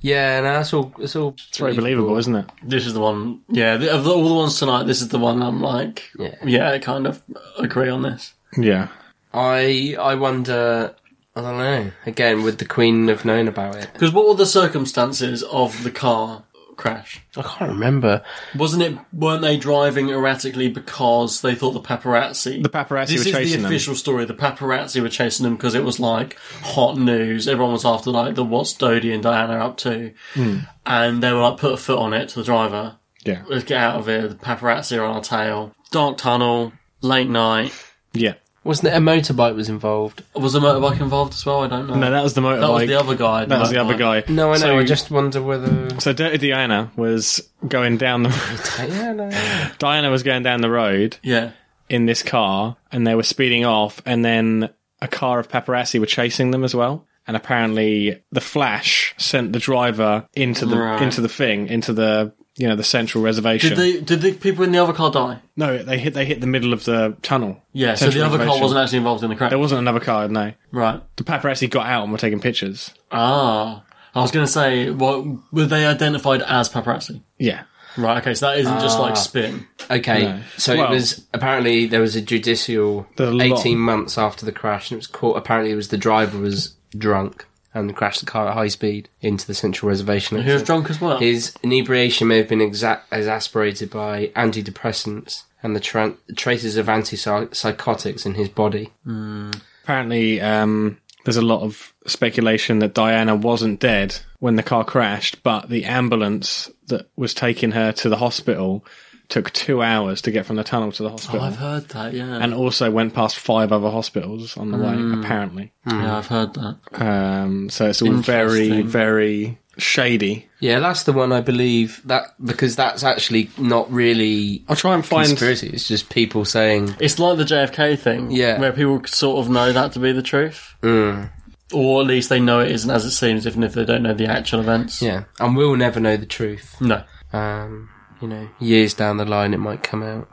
[SPEAKER 6] Yeah, no, that's all. It's all. It's
[SPEAKER 2] very believable, isn't it?
[SPEAKER 4] This is the one. Yeah, the, of the- all the ones tonight, this is the one I'm like, yeah, I kind of agree on this.
[SPEAKER 2] Yeah.
[SPEAKER 6] I I wonder. I don't know. Again, would the Queen have known about it?
[SPEAKER 4] Because what were the circumstances of the car crash?
[SPEAKER 6] I can't remember.
[SPEAKER 4] Wasn't it? Weren't they driving erratically because they thought the paparazzi? The
[SPEAKER 2] paparazzi
[SPEAKER 4] This
[SPEAKER 2] were
[SPEAKER 4] is
[SPEAKER 2] chasing
[SPEAKER 4] the
[SPEAKER 2] them.
[SPEAKER 4] official story. The paparazzi were chasing them because it was like hot news. Everyone was after like the what's Dodie and Diana up to,
[SPEAKER 2] Hmm.
[SPEAKER 4] and they were like put a foot on it to the driver.
[SPEAKER 2] Yeah.
[SPEAKER 4] let's get out of here. The paparazzi are on our tail. Dark tunnel, late night.
[SPEAKER 2] Yeah.
[SPEAKER 6] Wasn't it a motorbike was involved?
[SPEAKER 4] Was a motorbike involved as well? I don't know.
[SPEAKER 2] No, that was the motorbike.
[SPEAKER 4] Uh, That was the other guy.
[SPEAKER 2] That was the other guy.
[SPEAKER 4] motorbike.
[SPEAKER 6] No, I know.
[SPEAKER 2] So-
[SPEAKER 6] I just wonder whether.
[SPEAKER 2] So Dirty Diana was going down
[SPEAKER 4] <laughs>
[SPEAKER 2] the
[SPEAKER 6] Yeah, no.
[SPEAKER 2] Diana was going down the road.
[SPEAKER 4] Yeah.
[SPEAKER 2] In this car, and they were speeding off, and then a car of paparazzi were chasing them as well. And apparently, the flash sent the driver into the
[SPEAKER 4] Right.
[SPEAKER 2] into the thing, into the you know the central reservation.
[SPEAKER 4] Did they? Did the people in the other car die?
[SPEAKER 2] No, they hit they hit the middle of the tunnel.
[SPEAKER 4] Yeah, so
[SPEAKER 2] Central
[SPEAKER 4] the other car
[SPEAKER 2] reservation.
[SPEAKER 4] wasn't actually involved in the crash.
[SPEAKER 2] There wasn't another car, no.
[SPEAKER 4] Right.
[SPEAKER 2] The paparazzi got out and were taking pictures.
[SPEAKER 4] Ah, I was going to say, what were they identified as paparazzi?
[SPEAKER 2] Yeah.
[SPEAKER 4] Right. Okay, so that isn't just
[SPEAKER 6] Ah.
[SPEAKER 4] like spin.
[SPEAKER 6] Okay,
[SPEAKER 4] No.
[SPEAKER 6] so
[SPEAKER 4] Well-
[SPEAKER 6] it was apparently there was a judicial
[SPEAKER 2] There's a lot.
[SPEAKER 6] eighteen months after the crash, and it was caught. Apparently, it was the driver was drunk and crashed the car at high speed into the central reservation.
[SPEAKER 4] And he was drunk as well?
[SPEAKER 6] His inebriation may have been exa- exasperated by antidepressants and the tran traces of antipsychotics in his body.
[SPEAKER 4] hmm,
[SPEAKER 2] Apparently, um, there's a lot of speculation that Diana wasn't dead when the car crashed, but the ambulance that was taking her to the hospital took two hours to get from the tunnel to the
[SPEAKER 4] Oh,
[SPEAKER 2] hospital.
[SPEAKER 4] I've heard that. Yeah.
[SPEAKER 2] and also went past five other hospitals on the
[SPEAKER 4] Mm.
[SPEAKER 2] way, apparently.
[SPEAKER 4] yeah, I've heard that.
[SPEAKER 2] Um, so it's all very,
[SPEAKER 6] Interesting.
[SPEAKER 2] very shady.
[SPEAKER 6] Yeah, that's the one I believe that because that's actually not really.
[SPEAKER 2] I'll try and find-
[SPEAKER 6] conspiracy. It's just people saying.
[SPEAKER 4] It's like the JFK thing,
[SPEAKER 6] Yeah.
[SPEAKER 4] where people sort of know that to be the truth,
[SPEAKER 6] Mm.
[SPEAKER 4] or at least they know it isn't as it seems, even if they don't know the actual events.
[SPEAKER 6] Yeah, and we'll never know the truth.
[SPEAKER 4] No.
[SPEAKER 6] Um, you know, years down the line, it might come out.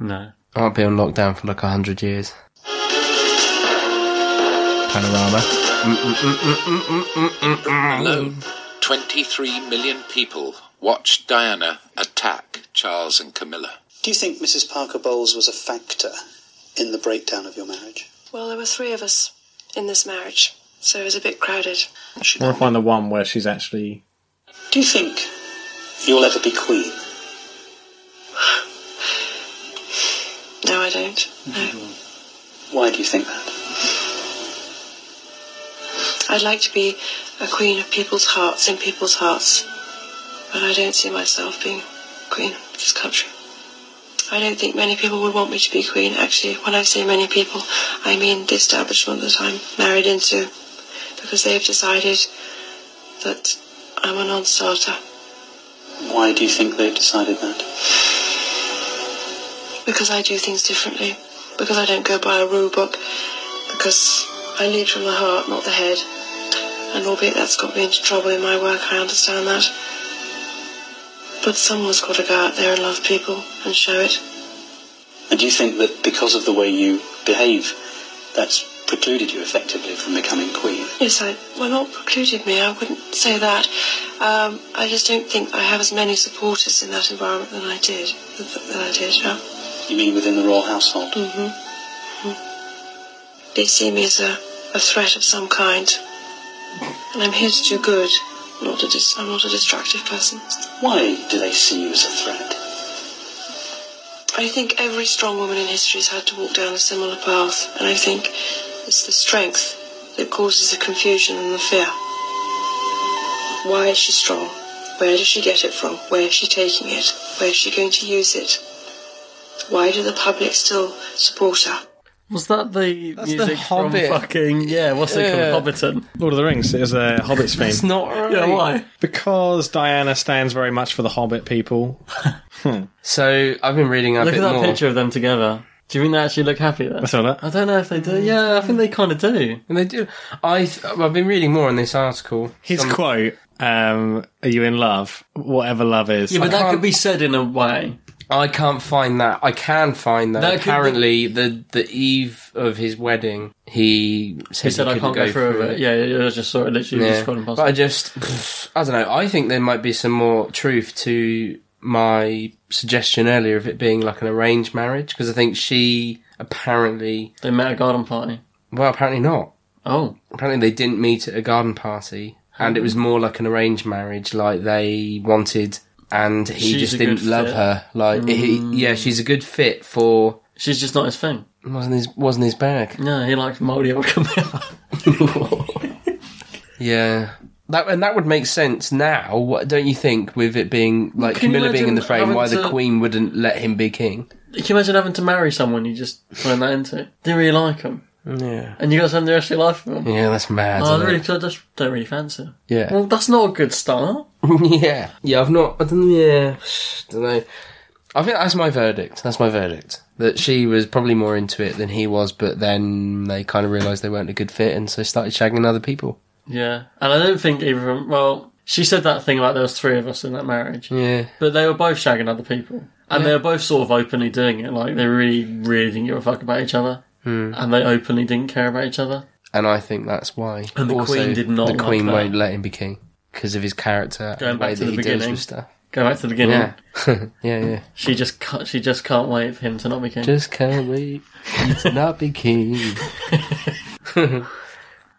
[SPEAKER 4] No.
[SPEAKER 6] I won't be on lockdown for like a hundred years. Panorama.
[SPEAKER 20] Alone, 23 million people watched Diana attack Charles and Camilla.
[SPEAKER 21] Do you think Mrs. Parker Bowles was a factor in the breakdown of your marriage?
[SPEAKER 22] Well, there were three of us in this marriage, so it was a bit crowded.
[SPEAKER 2] I want to find the one where she's actually.
[SPEAKER 21] Do you think you'll ever be queen?
[SPEAKER 22] No, I don't.
[SPEAKER 21] Why do you think that?
[SPEAKER 22] I'd like to be a queen of people's hearts, in people's hearts, but I don't see myself being queen of this country. I don't think many people would want me to be queen. Actually, when I say many people, I mean the establishment that I'm married into, because they've decided that I'm a non-starter.
[SPEAKER 21] Why do you think they've decided that?
[SPEAKER 22] because I do things differently, because I don't go by a rule book, because I lead from the heart, not the head. And albeit that's got me into trouble in my work, I understand that. But someone's got to go out there and love people and show it.
[SPEAKER 21] And do you think that because of the way you behave, that's precluded you effectively from becoming queen?
[SPEAKER 22] Yes, I well not precluded me. I wouldn't say that. Um, I just don't think I have as many supporters in that environment than I did. Than, than I did. Yeah.
[SPEAKER 21] You mean within the royal household?
[SPEAKER 22] hmm They see me as a, a threat of some kind. And I'm here to do good. I'm not a dis- I'm not a distractive person.
[SPEAKER 21] Why do they see you as a threat?
[SPEAKER 22] I think every strong woman in history has had to walk down a similar path, and I think it's the strength that causes the confusion and the fear. Why is she strong? Where does she get it from? Where is she taking it? Where is she going to use it? Why do the public still support her?
[SPEAKER 4] Was that the
[SPEAKER 22] That's the
[SPEAKER 4] music from
[SPEAKER 22] Hobbit.
[SPEAKER 4] fucking yeah? What's it
[SPEAKER 2] Yeah.
[SPEAKER 4] called? Hobbiton.
[SPEAKER 2] Lord of the Rings is a Hobbit's theme.
[SPEAKER 4] That's not right. Yeah, why?
[SPEAKER 2] Because Diana stands very much for the Hobbit
[SPEAKER 4] <laughs>
[SPEAKER 2] people.
[SPEAKER 6] So I've been reading a
[SPEAKER 4] Hmm. Look
[SPEAKER 6] bit
[SPEAKER 4] at that
[SPEAKER 6] more.
[SPEAKER 4] picture of them together. Do you think they actually look happy there?
[SPEAKER 2] I saw that.
[SPEAKER 4] I don't know if they do. Yeah, I think they kind of do.
[SPEAKER 6] And they do. I th- I've been reading more on this article.
[SPEAKER 2] His quote, um, "Are you in love? Whatever love is."
[SPEAKER 6] Yeah, but that could
[SPEAKER 4] be said in a way.
[SPEAKER 6] I can't find that. I can find that.
[SPEAKER 4] That could be-
[SPEAKER 6] Apparently, the the eve of his wedding, he said,
[SPEAKER 4] He said,
[SPEAKER 6] he
[SPEAKER 4] "I
[SPEAKER 6] couldn't
[SPEAKER 4] can't go through with it." Yeah, yeah, I just saw it. Literally, just quite
[SPEAKER 6] But I
[SPEAKER 4] impossible.
[SPEAKER 6] just, I don't know. I think there might be some more truth to my suggestion earlier of it being like an arranged marriage because I think she apparently
[SPEAKER 4] they met at a garden party.
[SPEAKER 6] Well, apparently not.
[SPEAKER 4] Oh, Hmm.
[SPEAKER 6] apparently they didn't meet at a garden party, and it was more like an arranged marriage. Like they wanted, and he
[SPEAKER 4] She's
[SPEAKER 6] just
[SPEAKER 4] a good
[SPEAKER 6] didn't love
[SPEAKER 4] fit. Hmm.
[SPEAKER 6] her. Like he, yeah, she's a good fit for.
[SPEAKER 4] She's just not his thing.
[SPEAKER 6] Wasn't his wasn't his bag.
[SPEAKER 4] No, he likes mouldy old
[SPEAKER 6] <laughs> Yeah. That, and that would make sense now, what, don't you think? With it being like
[SPEAKER 4] Can you
[SPEAKER 6] Camilla being in
[SPEAKER 4] imagine
[SPEAKER 6] the frame,
[SPEAKER 4] having
[SPEAKER 6] why the
[SPEAKER 4] to-
[SPEAKER 6] Queen wouldn't let him be king?
[SPEAKER 4] Can you imagine having to marry someone you just turn that into? Didn't really like him,
[SPEAKER 6] Yeah,
[SPEAKER 4] and you got to spend the rest of your life with him.
[SPEAKER 6] yeah, that's mad.
[SPEAKER 4] Oh, I
[SPEAKER 6] isn't
[SPEAKER 4] really,
[SPEAKER 6] it?
[SPEAKER 4] I just don't really fancy. him.
[SPEAKER 6] Yeah.
[SPEAKER 4] Well, that's not a good start.
[SPEAKER 6] <laughs> yeah, yeah. I've not. I don't, yeah, <sighs> don't know. I think that's my verdict. That's my verdict. That she was probably more into it than he was, but then they kind of realised they weren't a good fit, and so started shagging other people.
[SPEAKER 4] Yeah, and I don't think either of them. Well, she said that thing about there was three of us in that marriage.
[SPEAKER 6] Yeah.
[SPEAKER 4] But they were both shagging other people, and they were both sort of openly doing it. Like they really, really didn't give a fuck about each other,
[SPEAKER 6] Hmm.
[SPEAKER 4] and they openly didn't care about each other.
[SPEAKER 6] And I think that's why.
[SPEAKER 4] And the
[SPEAKER 6] Also,
[SPEAKER 4] Queen did not
[SPEAKER 6] The
[SPEAKER 4] like
[SPEAKER 6] Queen
[SPEAKER 4] that.
[SPEAKER 6] won't let him be king because of his character
[SPEAKER 4] Going
[SPEAKER 6] and the way
[SPEAKER 4] back
[SPEAKER 6] that
[SPEAKER 4] to the
[SPEAKER 6] he deals
[SPEAKER 4] beginning.
[SPEAKER 6] with stuff.
[SPEAKER 4] Go back to the beginning.
[SPEAKER 6] Yeah, <laughs> yeah, yeah.
[SPEAKER 4] She just, ca- she just can't wait for him to not be king.
[SPEAKER 6] Just can't wait for you to not be
[SPEAKER 4] <laughs>
[SPEAKER 6] king.
[SPEAKER 2] <laughs>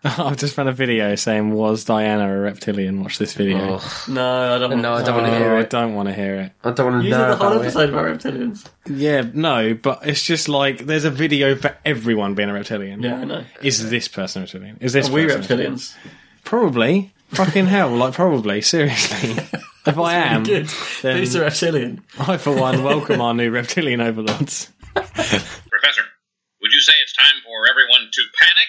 [SPEAKER 2] I've just found a video saying, "Was Diana a reptilian?" Watch this video.
[SPEAKER 4] no, I don't.
[SPEAKER 6] No, I
[SPEAKER 4] want
[SPEAKER 6] don't want to hear
[SPEAKER 2] Oh, I
[SPEAKER 6] it.
[SPEAKER 2] don't want to hear it.
[SPEAKER 6] I don't want
[SPEAKER 4] You did the whole episode about reptilians.
[SPEAKER 2] Yeah, no, but it's just like there's a video for everyone being a reptilian.
[SPEAKER 4] Yeah, I know.
[SPEAKER 2] Is this person a reptilian? Is this
[SPEAKER 4] Are we
[SPEAKER 2] person a
[SPEAKER 4] reptilians?
[SPEAKER 2] Probably. Fucking hell, like probably.
[SPEAKER 4] <laughs>
[SPEAKER 2] Seriously, if I am,
[SPEAKER 4] Really good.
[SPEAKER 2] then
[SPEAKER 4] These are reptilian.
[SPEAKER 2] I for one welcome our new reptilian overlords.
[SPEAKER 23] Professor, would you say it's time for everyone to panic?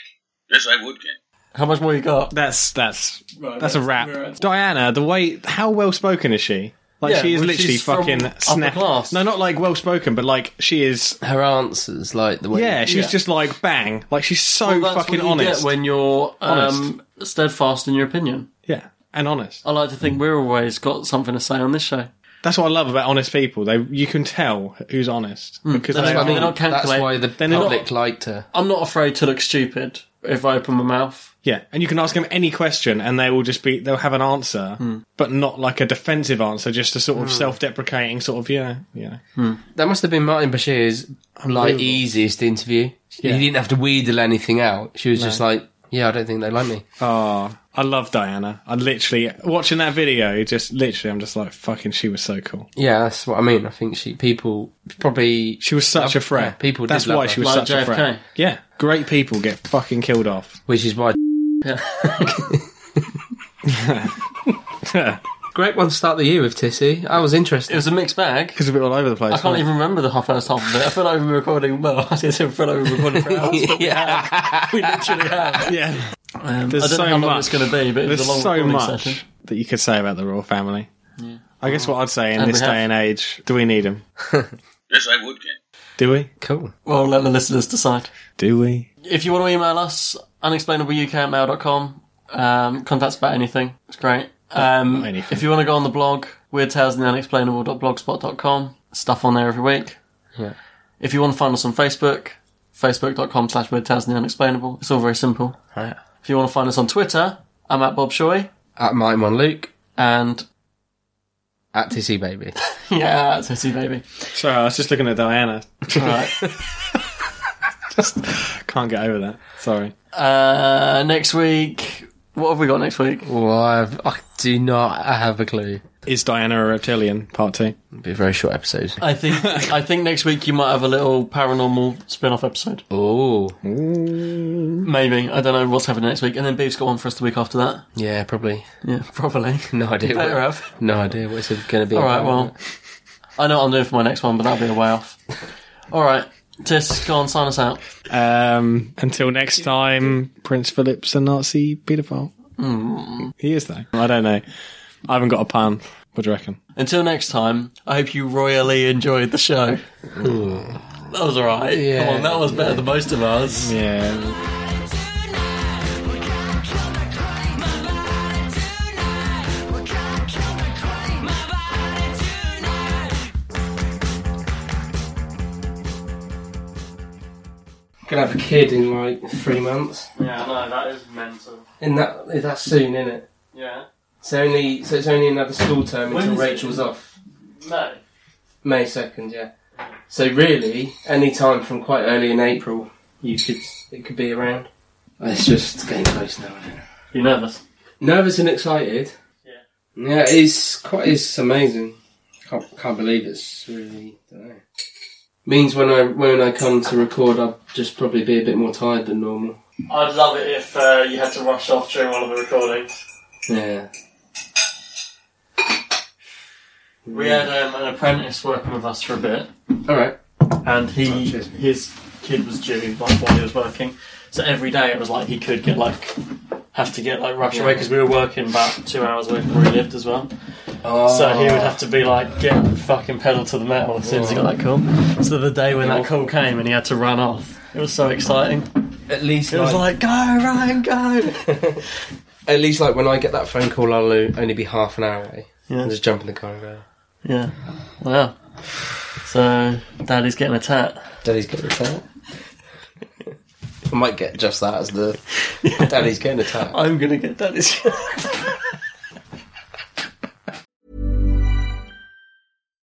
[SPEAKER 23] Yes, I would, Ken.
[SPEAKER 4] How much more you got?
[SPEAKER 2] That's that's
[SPEAKER 4] Right,
[SPEAKER 2] that's a wrap.
[SPEAKER 4] that's- we're at-
[SPEAKER 2] Diana, the way how well spoken is she? Like
[SPEAKER 4] Yeah,
[SPEAKER 2] she is
[SPEAKER 4] well,
[SPEAKER 2] literally
[SPEAKER 4] she's from
[SPEAKER 2] fucking
[SPEAKER 4] upper
[SPEAKER 2] snap. No, not like well spoken, but like she is
[SPEAKER 6] her answers, like the way.
[SPEAKER 2] Yeah, she's
[SPEAKER 4] Yeah.
[SPEAKER 2] just like bang, like she's so
[SPEAKER 4] Well, that's
[SPEAKER 2] fucking
[SPEAKER 4] what you
[SPEAKER 2] honest
[SPEAKER 4] Get when you're um, steadfast in your opinion.
[SPEAKER 2] Yeah, and honest.
[SPEAKER 4] I like to think we're always got something to say on this show.
[SPEAKER 2] That's what I love about honest people. They you can tell who's honest
[SPEAKER 4] Mm,
[SPEAKER 2] because
[SPEAKER 4] that's
[SPEAKER 2] they
[SPEAKER 4] what I
[SPEAKER 2] are-
[SPEAKER 4] mean. They're not That's calculate- why the
[SPEAKER 2] They're not-
[SPEAKER 4] public
[SPEAKER 6] liked her.
[SPEAKER 4] I'm not afraid to look stupid if I open my mouth.
[SPEAKER 2] Yeah, and you can ask them any question, and they will just be they'll have an answer,
[SPEAKER 4] Hmm.
[SPEAKER 2] but not like a defensive answer, just a sort of
[SPEAKER 6] Mm.
[SPEAKER 2] self-deprecating sort of yeah, yeah.
[SPEAKER 4] Hmm.
[SPEAKER 6] That must have been Martin Bashir's like
[SPEAKER 2] Unbelievable.
[SPEAKER 6] easiest interview.
[SPEAKER 2] Yeah.
[SPEAKER 6] He didn't have to wheedle anything out. She was
[SPEAKER 2] No.
[SPEAKER 6] just like, "Yeah, I don't think they like me."
[SPEAKER 2] Oh, I love Diana. I literally watching that video, just literally, I'm just like fucking. She was so cool.
[SPEAKER 6] Yeah, that's what I mean. I think she people probably
[SPEAKER 2] she was such a threat.
[SPEAKER 6] Yeah, people.
[SPEAKER 2] That's
[SPEAKER 6] did love
[SPEAKER 2] why
[SPEAKER 6] her.
[SPEAKER 2] she was such a threat. Yeah, great people get fucking killed off,
[SPEAKER 6] which is
[SPEAKER 2] <laughs>
[SPEAKER 4] <laughs>
[SPEAKER 6] why. Great one to start the year with, Tissy. I was interested. It
[SPEAKER 4] was a mixed bag.
[SPEAKER 2] Because a bit all over the place.
[SPEAKER 4] I can't even remember the first half of it. I feel like we've been recording. Well, <laughs> I said I feel like we've been recording for hours. But we, have. we literally have.
[SPEAKER 2] Yeah.
[SPEAKER 4] Um,
[SPEAKER 2] There's
[SPEAKER 4] I don't
[SPEAKER 2] so
[SPEAKER 4] know how long
[SPEAKER 2] much
[SPEAKER 4] it's going to be, but it was
[SPEAKER 2] there's
[SPEAKER 4] a long
[SPEAKER 2] so
[SPEAKER 4] recording
[SPEAKER 2] much
[SPEAKER 4] session.
[SPEAKER 2] that you could say about the royal family. I guess what I'd say in
[SPEAKER 4] And we
[SPEAKER 2] this
[SPEAKER 4] have-
[SPEAKER 2] day and age, do we need
[SPEAKER 6] <laughs>
[SPEAKER 2] them?
[SPEAKER 23] Yes, I would, Ken.
[SPEAKER 2] do we?
[SPEAKER 6] Cool.
[SPEAKER 4] Well, let the listeners decide.
[SPEAKER 2] Do we?
[SPEAKER 4] If you want to email us, unexplainableuk at mail.com. Um, contact us about anything. It's great. Um, If you want to go on the blog, weirdtalesandtheunexplainable.blogspot.com. Stuff on there every week.
[SPEAKER 6] Yeah.
[SPEAKER 4] If you want to find us on Facebook, facebook.com slash weirdtalesandtheunexplainable. It's all very simple.
[SPEAKER 6] Right.
[SPEAKER 4] If you want to find us on Twitter, I'm at Bob Shoy.
[SPEAKER 6] At mine one Luke.
[SPEAKER 4] And
[SPEAKER 6] at Tissy Baby.
[SPEAKER 4] <laughs> yeah, that's Tissy Baby.
[SPEAKER 2] Sorry, I was just looking at Diana.
[SPEAKER 4] <laughs> Alright.
[SPEAKER 2] <laughs> just can't get over that. Sorry.
[SPEAKER 4] Uh, next week, what have we got next week?
[SPEAKER 6] Well, I've, I do not have a clue.
[SPEAKER 2] Is Diana a reptilian? Part two.
[SPEAKER 6] be a very short episode.
[SPEAKER 4] I think I think next week you might have a little paranormal spin-off episode.
[SPEAKER 6] Oh,
[SPEAKER 4] maybe I don't know what's happening next week, and then Beef's got one for us the week after that.
[SPEAKER 6] Yeah, probably.
[SPEAKER 4] Yeah, probably.
[SPEAKER 6] <laughs> No idea.
[SPEAKER 4] Better
[SPEAKER 6] what,
[SPEAKER 4] have.
[SPEAKER 6] No idea what it's going to be.
[SPEAKER 4] All right,
[SPEAKER 6] about.
[SPEAKER 4] well, I know what I'm doing for my next one, but that'll be a way off. All right, Tis, go on, sign us out.
[SPEAKER 2] Um, until next time, Prince Philip's a Nazi paedophile.
[SPEAKER 4] Hmm.
[SPEAKER 2] He is though. I don't know. I haven't got a pun. What do you reckon?
[SPEAKER 4] Until next time, I hope you royally enjoyed the show. That was all right. Come on, that was better than most of ours.
[SPEAKER 2] Yeah.
[SPEAKER 6] Gonna have a kid in like three months.
[SPEAKER 4] Yeah, no, that is mental.
[SPEAKER 6] In that, that's soon, isn't it?
[SPEAKER 4] Yeah.
[SPEAKER 6] It's only so it's only another school term
[SPEAKER 4] When
[SPEAKER 6] until
[SPEAKER 4] is it?
[SPEAKER 6] Rachel's off
[SPEAKER 4] No.
[SPEAKER 6] May second. Yeah. So really, any time from quite early in April, you could it could be around. It's just getting close now. Isn't it?
[SPEAKER 4] You nervous?
[SPEAKER 6] Nervous and excited. Yeah. Yeah, it's quite it's amazing. Can't, can't believe it's really. Don't know. Means when I when I come to record, I'll just probably be a bit more tired than normal.
[SPEAKER 4] I'd love it if uh, you had to rush off during one of the recordings.
[SPEAKER 6] Yeah.
[SPEAKER 4] We had um, an apprentice working with us for a bit.
[SPEAKER 6] Hmm. All right.
[SPEAKER 4] And he his kid was due like while he was working, so every day it was like he could get like have to get like rushed away because we were working about two hours away from where he lived as well. So he
[SPEAKER 6] Oh.
[SPEAKER 4] would have to be like get fucking pedal to the metal as soon as he got
[SPEAKER 6] Oh.
[SPEAKER 4] that call. So the day when that call came and he had to run off, it was so exciting.
[SPEAKER 6] At least
[SPEAKER 4] it was like go Ryan, go.
[SPEAKER 6] At least, like when I get that phone call, I'll only be half an hour away.
[SPEAKER 4] Yeah.
[SPEAKER 6] I'll just jump in the car and go.
[SPEAKER 4] yeah, wow. So daddy's getting a tat.
[SPEAKER 6] Daddy's getting a tat. I might get just that as
[SPEAKER 4] <laughs>
[SPEAKER 6] the daddy's getting a tat.
[SPEAKER 4] I'm gonna get daddy's.
[SPEAKER 6] <laughs>